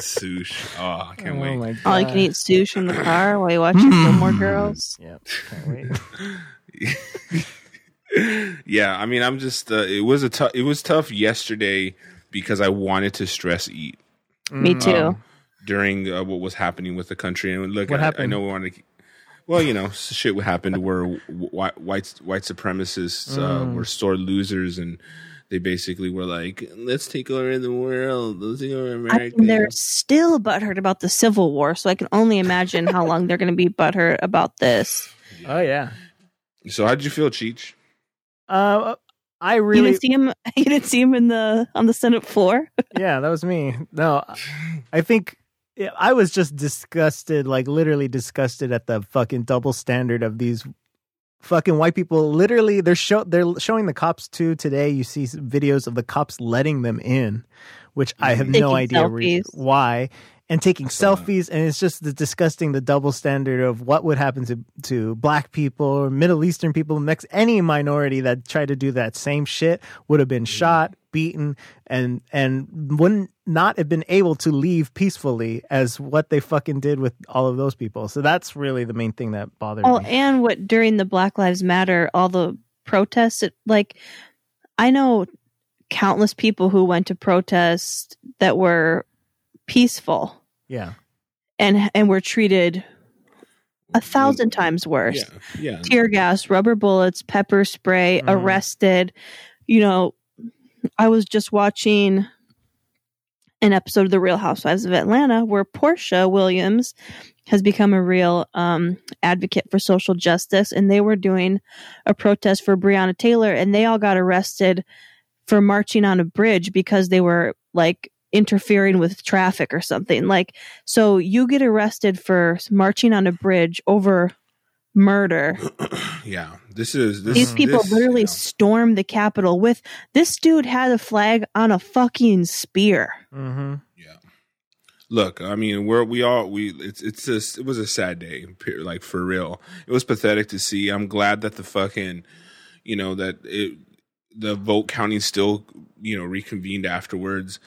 sushi. Oh, I can't oh wait. my god! Oh, you can eat sushi in the car while you watch Gilmore Girls. Mm-hmm. Yep. Can't wait. yeah, I mean, I'm just. Uh, it was a tough. It was tough yesterday because I wanted to stress eat Me Mm. too. Mm-hmm. during uh, what was happening with the country. And look, What I, I happened? know we wanted to. keep- Well, you know, s- shit would happen where white white white supremacists uh, Mm. were sore losers, and they basically were like, "Let's take over the world, let's take over I America." mean, they're still butthurt about the Civil War, so I can only imagine how long they're going to be butthurt about this. Oh yeah. so, how'd you feel, Cheech? Uh, I You really. didn't see him. You didn't see him in the on the Senate floor. yeah, that was me. No, I think yeah, I was just disgusted, like literally disgusted at the fucking double standard of these fucking white people. Literally, they're show they're showing the cops too today. You see videos of the cops letting them in, which I have no Taking idea re- selfies. why. and taking selfies and it's just the disgusting the double standard of what would happen to to black people or middle eastern people next any minority that tried to do that same shit would have been shot beaten and and wouldn't not have been able to leave peacefully as what they fucking did with all of those people so that's really the main thing that bothered Oh, me and what during the Black Lives Matter, all the protests, it, like I know countless people who went to protests that were peaceful yeah and and were treated a thousand times worse. Yeah, yeah. Tear gas, rubber bullets, pepper spray, Mhm. arrested. You know, I was just watching an episode of The Real Housewives of Atlanta where Portia Williams has become a real um, advocate for social justice, and they were doing a protest for Breonna Taylor, and they all got arrested for marching on a bridge because they were like interfering with traffic or something. Like, so you get arrested for marching on a bridge over murder. yeah. This is this, These people Mm, this- literally yeah. stormed the Capitol with this dude had a flag on a fucking spear. hmm look i mean we're we all we it's it's just it was a sad day per- like for real it was pathetic to see i'm glad that the fucking you know that it the vote counting still you know reconvened afterwards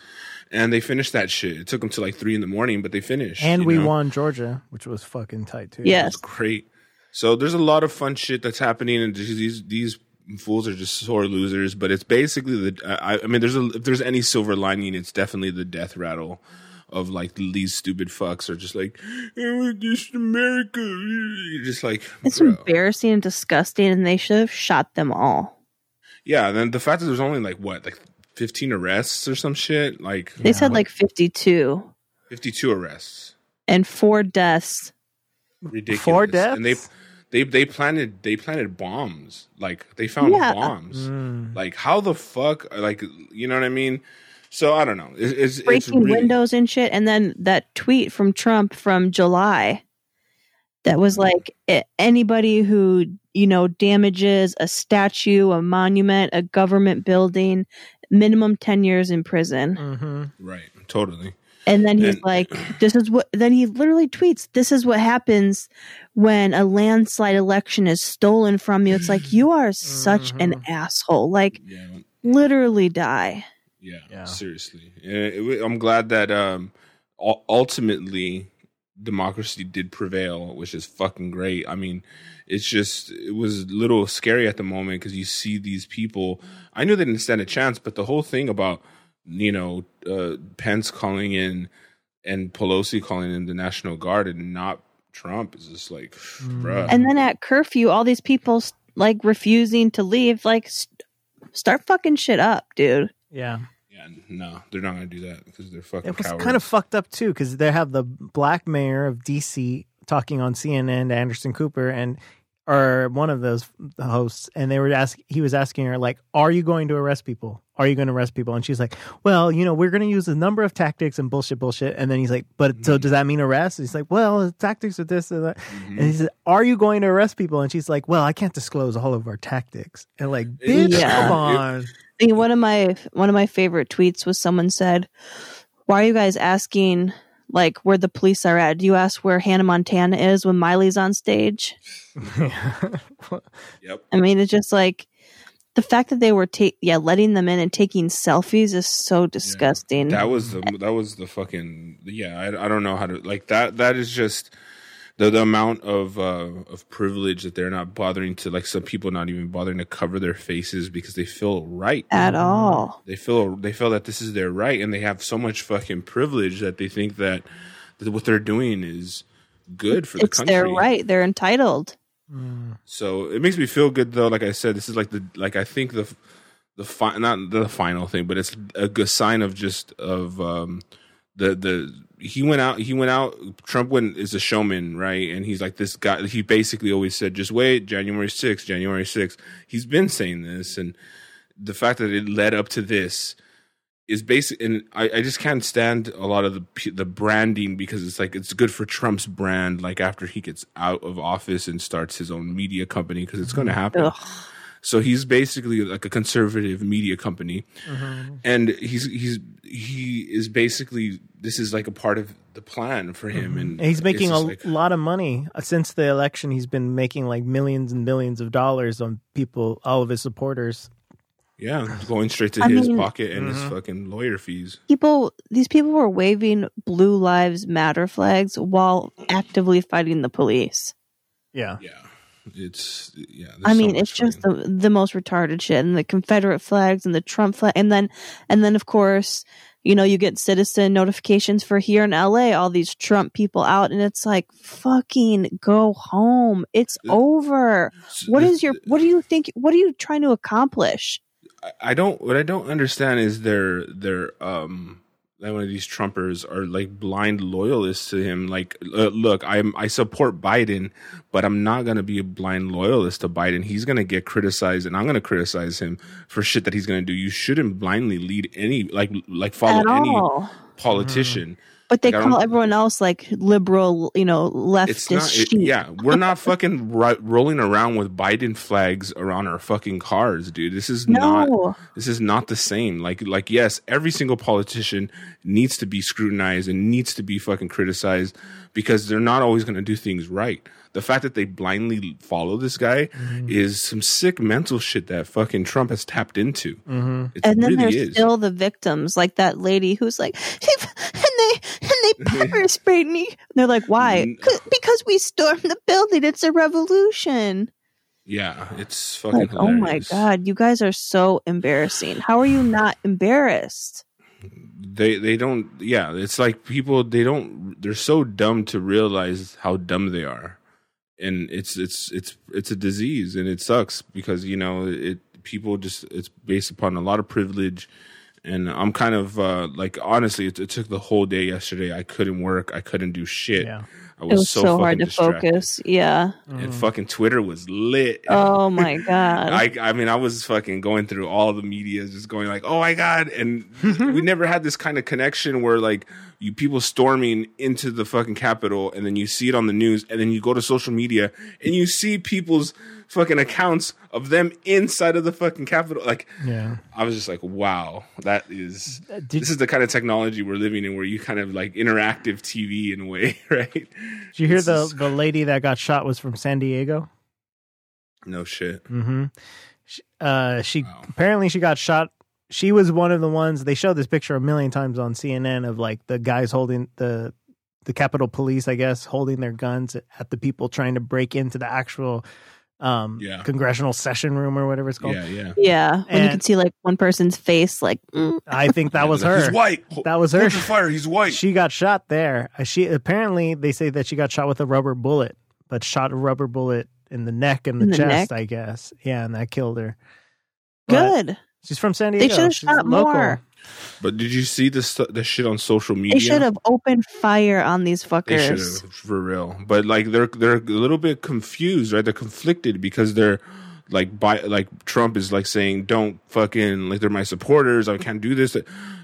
and they finished that shit it took them to like three in the morning but they finished and you we know? won georgia which was fucking tight too Yes. It's great. So there's a lot of fun shit that's happening, and these these- these fools are just sore losers. But it's basically the I, I mean, there's a if there's any silver lining, it's definitely the death rattle of like these stupid fucks are just like it was just America. You're just like It's bro. embarrassing and disgusting, and they should have shot them all. yeah. And then the fact that there's only like what like 15 arrests or some shit like They said like 52 52 arrests. and four deaths. Ridiculous. four deaths And they they they planted they planted bombs. Like they found Yeah. uh, bombs. Mm. Like how the fuck? Like you know what I mean? So I don't know. It, it's it's breaking really, windows and shit. And then that tweet from Trump from July that was like a- anybody who, you know, damages a statue, a monument, a government building, minimum 10 years in prison. hmm Right. Totally. And then he's And- like, this is what, then he literally tweets, this is what happens when a landslide election is stolen from you. It's like, you are such an asshole. Like, Yeah. literally die. Yeah. Yeah. Seriously. And it- it- I'm glad that um ul- ultimately democracy did prevail, which is fucking great. I mean, it's just it was a little scary at the moment because you see these people. I knew they didn't stand a chance, but the whole thing about you know uh, Pence calling in and Pelosi calling in the National Guard and not Trump is just like, Mm. bruh. And then at curfew, all these people like refusing to leave, like, st- start fucking shit up, dude. yeah yeah, no, they're not gonna do that because they're fucking. it was cowards. kind of fucked up too because they have the black mayor of DC talking on CNN to Anderson Cooper and or one of those hosts and they were ask he was asking her like are you going to arrest people are you going to arrest people and she's like well you know we're going to use a number of tactics and bullshit bullshit and then he's like but so does that mean arrest and he's like well the tactics are this and that Mm-hmm. and he says are you going to arrest people and she's like well I can't disclose all of our tactics and like bitch Yeah. come on I mean, one of my one of my favorite tweets was someone said, "Why are you guys asking like where the police are at? Do you ask where Hannah Montana is when Miley's on stage?" Yep. I mean, it's just like the fact that they were ta- yeah letting them in and taking selfies is so disgusting. That was the that was the fucking yeah. I, I don't know how to like that. That is just the the amount of uh, of privilege that they're not bothering to like some people not even bothering to cover their faces because they feel right. at all. They feel they feel that this is their right, and they have so much fucking privilege that they think that, that what they're doing is good for the It's country. their right. They're entitled. So it makes me feel good though. Like I said, this is like the like I think the the fi- not the final thing, but it's a good sign of just of um the the he went out he went out Trump went is a showman right and he's like this guy he basically always said just wait January 6th January 6th he's been saying this and the fact that it led up to this is basic and I, I just can't stand a lot of the p- the branding because it's like it's good for Trump's brand like after he gets out of office and starts his own media company because it's going to happen. Ugh. So he's basically like a conservative media Mm-hmm. company, and he's he's he is basically this is like a part of the plan for him, and, And Mm-hmm. he's it's making a just like- lot of money Uh, since the election. He's been making like millions and millions of dollars on people, all of his supporters. yeah, going straight to I his mean- pocket and his Mhm. fucking lawyer fees. People, these people were waving Blue Lives Matter flags while actively fighting the police. Yeah, Yeah, it's yeah. there's I so mean, much it's just fucking- the, the most retarded shit, and the Confederate flags and the Trump flag, and then, and then of course, you know, you get citizen notifications for here in L.A. All these Trump people out, and it's like, fucking go home. It's Uh, over. What the- is your? What do you think? What are you trying to accomplish? I- I don't. What I don't understand is their their um. Like one of these Trumpers are like blind loyalists to him. Like, uh, look, I'm I support Biden, but I'm not gonna be a blind loyalist to Biden. He's gonna get criticized, and I'm gonna criticize him for shit that he's gonna do. You shouldn't blindly lead any like like follow At any all. Mm-hmm. politician. But they Like, I call don't- everyone else like liberal, you know, It's leftist not. It, sheep. yeah, we're not fucking ro- rolling around with Biden flags around our fucking cars, dude. This is not. No, this is not the same like like yes every single politician needs to be scrutinized and needs to be fucking criticized because they're not always going to do things right the fact that they blindly follow this guy Mm-hmm. is some sick mental shit that fucking trump has tapped into hmm it and then really there's is still the victims, like that lady who's like, and they and they pepper sprayed me. And they're like, why? Mm. "'Cause- Because we stormed the building. It's a revolution. yeah it's fucking Like, oh my hilarious. god, you guys are so embarrassing. How are you not embarrassed? they they don't yeah it's like people they don't they're so dumb to realize how dumb they are and it's it's it's it's a disease and it sucks because you know it people just it's based upon a lot of privilege and i'm kind of uh like honestly it, it took the whole day yesterday i couldn't work i couldn't do shit yeah. i It was so, hard to fucking distracted. focus. Yeah. and fucking twitter was lit Oh my god. I, I mean, I was fucking going through all the media, just going like, "Oh my god!" And we never had this kind of connection where like you people storming into the fucking Capitol, and then you see it on the news, and then you go to social media and you see people's fucking accounts of them inside of the fucking Capitol. Like, Yeah. I was just like, "Wow, that is Uh, Did, this is the kind of technology we're living in, where you kind of like interactive TV in a way, right?" did you hear this the is- the lady that got shot was from San Diego? No shit. Mm-hmm. She, uh, she Wow. apparently she got shot. She was one of the ones they showed this picture a million times on CNN of like the guys holding the the Capitol Police, I guess, holding their guns at the people trying to break into the actual um, Yeah. congressional session room or whatever it's called. Yeah, yeah. yeah. When you and- can see like one person's face, like, mm, I think that was her. He's white. That was her. Hold the fire. He's white. She got shot there. Uh, She apparently they say that she got shot with a rubber bullet, but shot a rubber bullet in the neck and the, In the neck? chest, I guess. Yeah, and that killed her. But good. she's from San They Diego. should've She's shot local. more. But did you see the stu- the shit on social media? They should have opened fire on these They should fuckers. have for real. But like they're they're a little bit confused, right? They're conflicted because they're like by like Trump is like saying don't fucking like they're my supporters. I can't do this.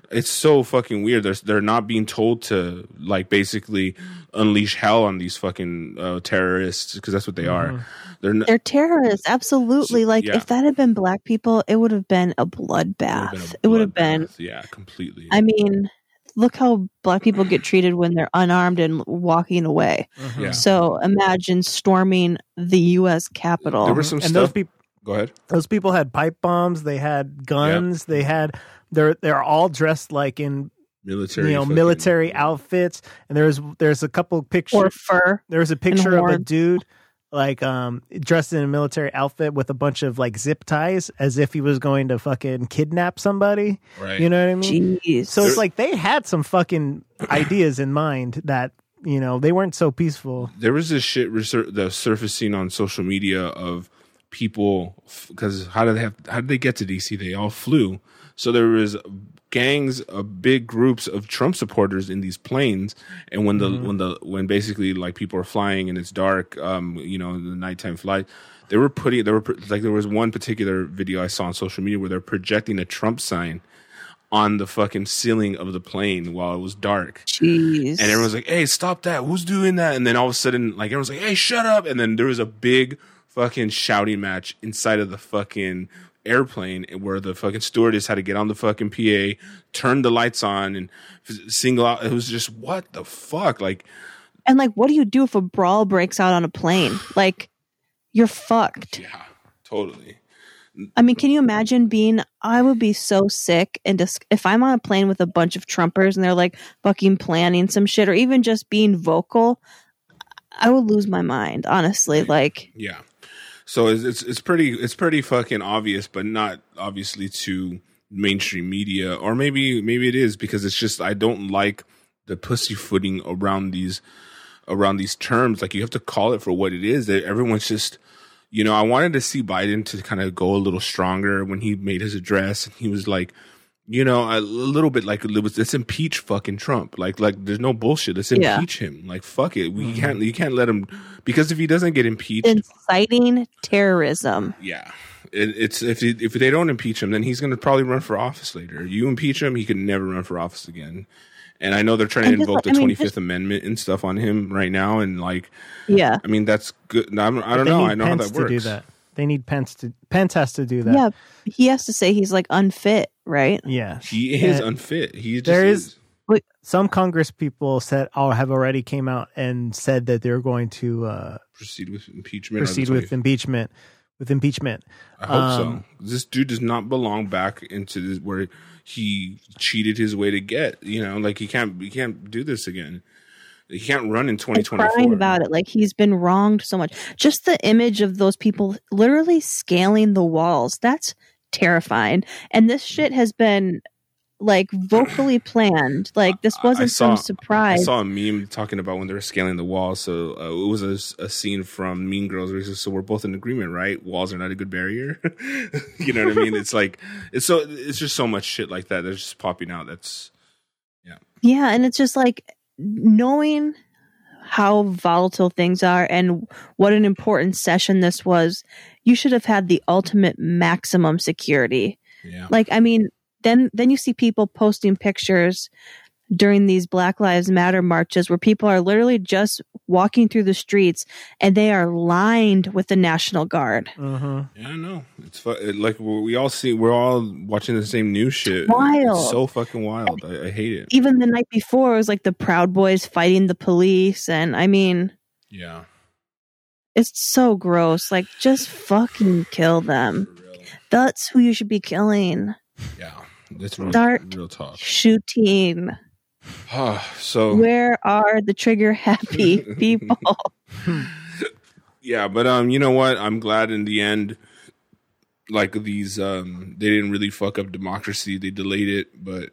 It's so fucking weird. They're they're not being told to like basically unleash hell on these fucking uh, terrorists because that's what they are. Mm-hmm. They're not. They're terrorists, absolutely. So- like yeah. if that had been black people, it would have been a bloodbath. it would have been. yeah, completely. I mean, look how black people get treated when they're unarmed and walking away. Mhm. Mm-hmm. yeah. So imagine storming the U.S. Capitol. there was some And those stuff. people. Go ahead. those people had pipe bombs they had guns they had they're they're all dressed like in Military, you know fucking- military outfits and there's there's a couple pictures or fur. there was a picture of a horns. dude like um dressed in a military outfit with a bunch of like zip ties as if he was going to fucking kidnap somebody Right. you know what i mean Jeez. so it's There- like they had some fucking ideas in mind that you know they weren't so peaceful there was this shit reser- the surfacing on social media of people because how did they have how did they get to DC? They all flew, so there was gangs of big groups of Trump supporters in these planes. And when the when the when basically like people are flying and it's dark, um, you know, the nighttime flight, they were putting there were pr- like there was one particular video I saw on social media where they're projecting a Trump sign on the fucking ceiling of the plane while it was dark. Jeez. And everyone's like, hey, stop that. Who's doing that? And then all of a sudden, like, everyone's like, hey, shut up. And then there was a big fucking shouting match inside of the fucking airplane where the fucking stewardess had to get on the fucking PA, turn the lights on, and f- single out. It was just what the fuck, like And like, what do you do if a brawl breaks out on a plane? Like, you're fucked. yeah, totally. I mean, can you imagine being? I would be so sick and dis- if I'm on a plane with a bunch of Trumpers and they're like fucking planning some shit, or even just being vocal, I would lose my mind. Honestly, like, Yeah. So it's, it's it's pretty it's pretty fucking obvious, but not obviously to mainstream media, or maybe maybe it is because it's just I don't like the pussyfooting around these around these terms. Like you have to call it for what it is. That everyone's just you know I wanted to see Biden to kind of go a little stronger when he made his address, and he was like. You know, a little bit like it was. Let's impeach fucking Trump. Like, like there's no bullshit. Let's Yeah. impeach him. Like, fuck it. We can't. You can't let him because if he doesn't get impeached, inciting terrorism. yeah, it, it's if he, if they don't impeach him, then he's going to probably run for office later. You impeach him, he can never run for office again. And I know they're trying And to just invoke like- the I mean, Twenty Fifth just- Amendment and stuff on him right now, and like, Yeah, I mean, that's good. I'm, I But don't they know. need I know how Pence that To do works. that. They need Pence to Pence has to do that. yeah. He has to say he's like unfit, right? Yeah. He is And unfit. He just there is- is. Some Congress people said, "Oh, have already came out and said that they're going to uh, proceed with impeachment. on the proceed with 25th. impeachment." With impeachment, I hope um, so. This dude does not belong back into this where he cheated his way to get. You know, like he can't. He can't do this again. He can't run in twenty and twenty four. crying about it like he's been wronged so much just the image of those people literally scaling the walls that's terrifying and this shit has been like vocally planned like this I- I wasn't saw- some surprise I saw a meme talking about when they were scaling the wall. So uh, it was a s- a, scene from Mean Girls. Where it says, so we're both in agreement, right? Walls are not a good barrier. you know what I mean? It's like it's so it's just so much shit like that that's just popping out. That's yeah and it's just like knowing how volatile things are and what an important session this was you should have had the ultimate maximum security yeah, like i mean then then you see people posting pictures during these black lives matter marches where people are literally just walking through the streets and they are lined with the national guard Mhm. yeah. I know it's fu- it- like we we all see we're all watching the same news shit. It's Wild. so fucking wild. I, I hate it. even the night before it was like the proud boys fighting the police and i mean Yeah, it's so gross like just fucking kill them for real. that's who you should be killing Yeah, that's real, Dark real talk. shooting so where are the trigger happy people Yeah, but um, you know what? I'm glad in the end, like these um, they didn't really fuck up democracy. They delayed it, but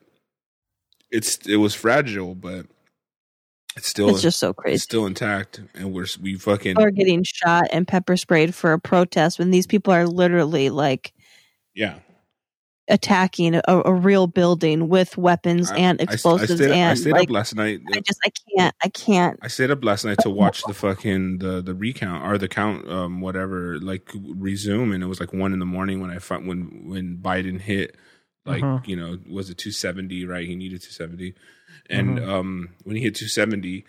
it's it was fragile, but it's still it's just so crazy it's still intact, and we're we fucking people are getting shot and pepper sprayed for a protest when these people are literally like yeah. attacking a, a real building with weapons and I- I explosives stayed, I and stayed like up last night. uh, I just I can't I can't I stayed up last night to watch the fucking the the recount or the count um whatever like resume and it was like one in the morning when I found when when Biden hit like Uh-huh. you know was it 270 right he needed 270 and Mhm. um when he hit 270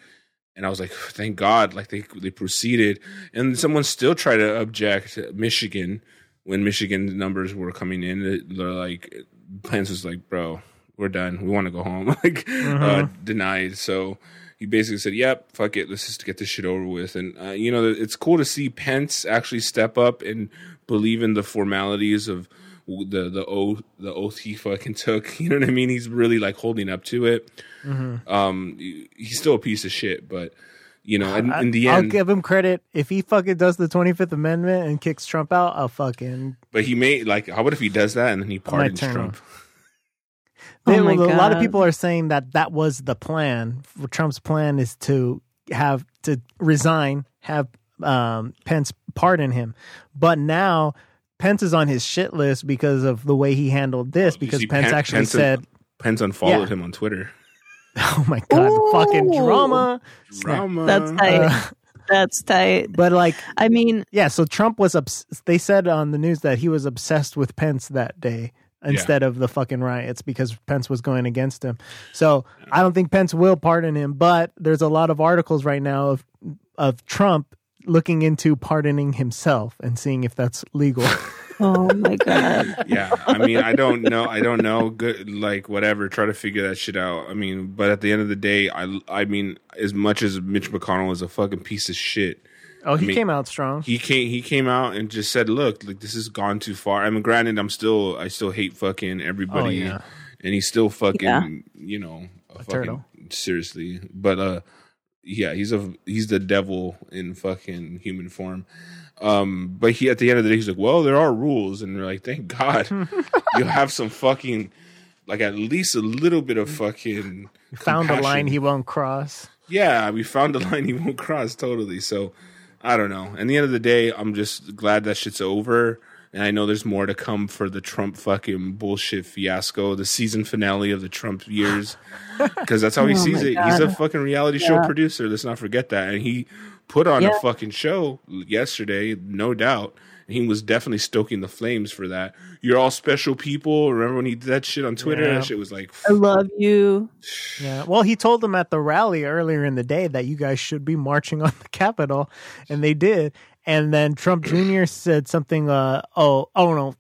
and I was like thank God like they they proceeded and someone still tried to object Michigan when Michigan numbers were coming in it- they're like Plans was like bro we're done we want to go home like uh, Mm-hmm. denied so he basically said, "Yep, fuck it, let's just get this shit over with." And uh, you know, it's cool to see Pence actually step up and believe in the formalities of w- the the oath the oath he fucking took. You know what I mean? He's really like holding up to it. Mm-hmm. Um, he- he's still a piece of shit, but you know, in, in the I'll end, give him credit if he fucking does the Twenty Fifth Amendment and kicks Trump out. I'll fucking. but he may like. How about if he does that and then he pardons turn Trump? Oh They- my a lot of God. people are saying that that was the plan. Trump's plan is to have to resign, have um, Pence pardon him, but now Pence is on his shit list because of the way he handled this. you Because see Pence Pen- actually Pence- said, Pence unfollowed Yeah. him on Twitter. "Oh my god, the fucking Ooh. drama." Snap. Drama. that's tight Uh, that's tight but like, I mean yeah. So Trump was obs- They said on the news that he was obsessed with Pence that day instead of the fucking riots because Pence was going against him. So I don't think Pence will pardon him. But there's a lot of articles right now of of Trump looking into pardoning himself and seeing if that's legal. Oh my god. yeah i mean i don't know i don't know good like whatever try to figure that shit out i mean but at the end of the day i i mean as much as mitch mcconnell is a fucking piece of shit Oh, he mean- came out strong. he came he came out and just said look like this has gone too far i mean granted i'm still i still hate fucking oh everybody yeah. and he's still fucking Yeah. you know a fucking, turtle. seriously but uh yeah he's a he's the devil in fucking human form um but he at the end of the day he's like well there are rules and we're like thank god you have some fucking like at least a little bit of fucking Found a line compassion. he won't cross. yeah we found a line he won't cross totally so i don't know at the end of the day i'm just glad that shit's over and i know there's more to come for the trump fucking bullshit fiasco the season finale of the trump years because that's how he Oh sees my it he's a God. fucking reality show producer let's not forget that and he put on a fucking show yesterday no doubt he was definitely stoking the flames for that. You're all special people. Remember when he did that shit on Twitter? Yeah. That shit was like, I love you. Yeah. Well, he told them at the rally earlier in the day that you guys should be marching on the Capitol, and they did. And then Trump Jr. said something. Uh, oh, oh no.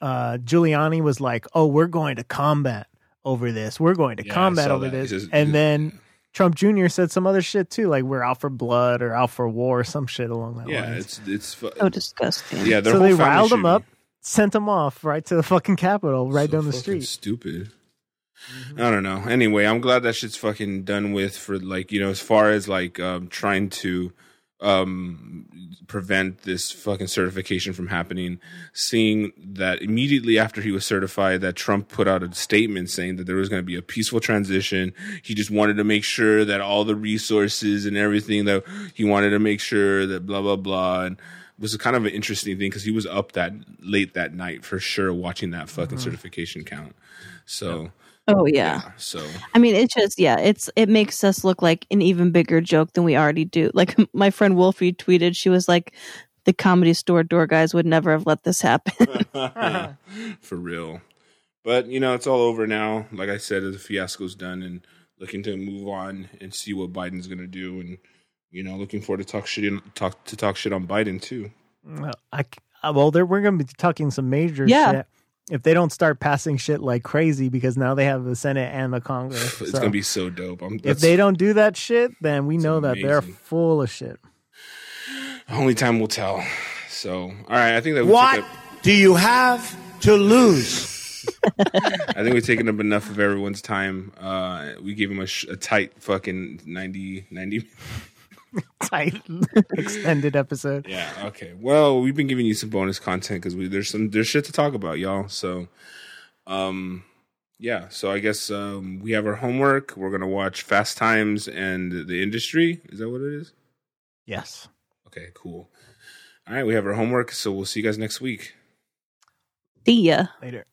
Uh, Giuliani was like, "Oh, we're going to combat over this. We're going to Yeah, I combat saw over that. this." He says- and then Trump Jr. said some other shit too, like "We're out for blood" or "Out for war" or some shit along that yeah, lines. it's it's fu- So disgusting. yeah. Their so whole they family riled him shooting. up, sent him off right to the fucking Capitol, right So down the fucking street. Stupid. I don't know. Anyway, I'm glad that shit's fucking done with for like, you know, as far as like um trying to um prevent this fucking certification from happening seeing that immediately after he was certified that Trump put out a statement saying that there was going to be a peaceful transition he just wanted to make sure that all the resources and everything that he wanted to make sure that blah blah blah and it was kind of an interesting thing because he was up that late that night for sure watching that fucking certification count so Oh yeah. so I mean, it just yeah, it's it makes us look like an even bigger joke than we already do. Like my friend Wolfie tweeted, she was like, "The comedy store door guys would never have let this happen." for real. But you know, it's all over now. Like I said, the fiasco's done, and looking to move on and see what Biden's gonna do, and you know, looking forward to talk shit in, talk to talk shit on Biden too. Well, I, c- uh, well they're, we're going to be talking some major Yeah. shit if they don't start passing shit like crazy because now they have the Senate and the Congress. It's So gonna be so dope. I'm, if that's they don't do that shit, then we know that they're amazing. full of shit. only time will tell. So, all right, I think that we What took up- do you have to lose? I think we've taken up enough of everyone's time. Uh, we gave him a, sh- a tight fucking 90, 90 Tight extended episode. Yeah. Okay. Well, we've been giving you some bonus content because we there's some there's shit to talk about, y'all. So, um, yeah. So I guess um, we have our homework. We're gonna watch Fast Times and the Industry. Is that what it is? Yes. Okay. Cool. All right. We have our homework. So we'll see you guys next week. See ya. Later.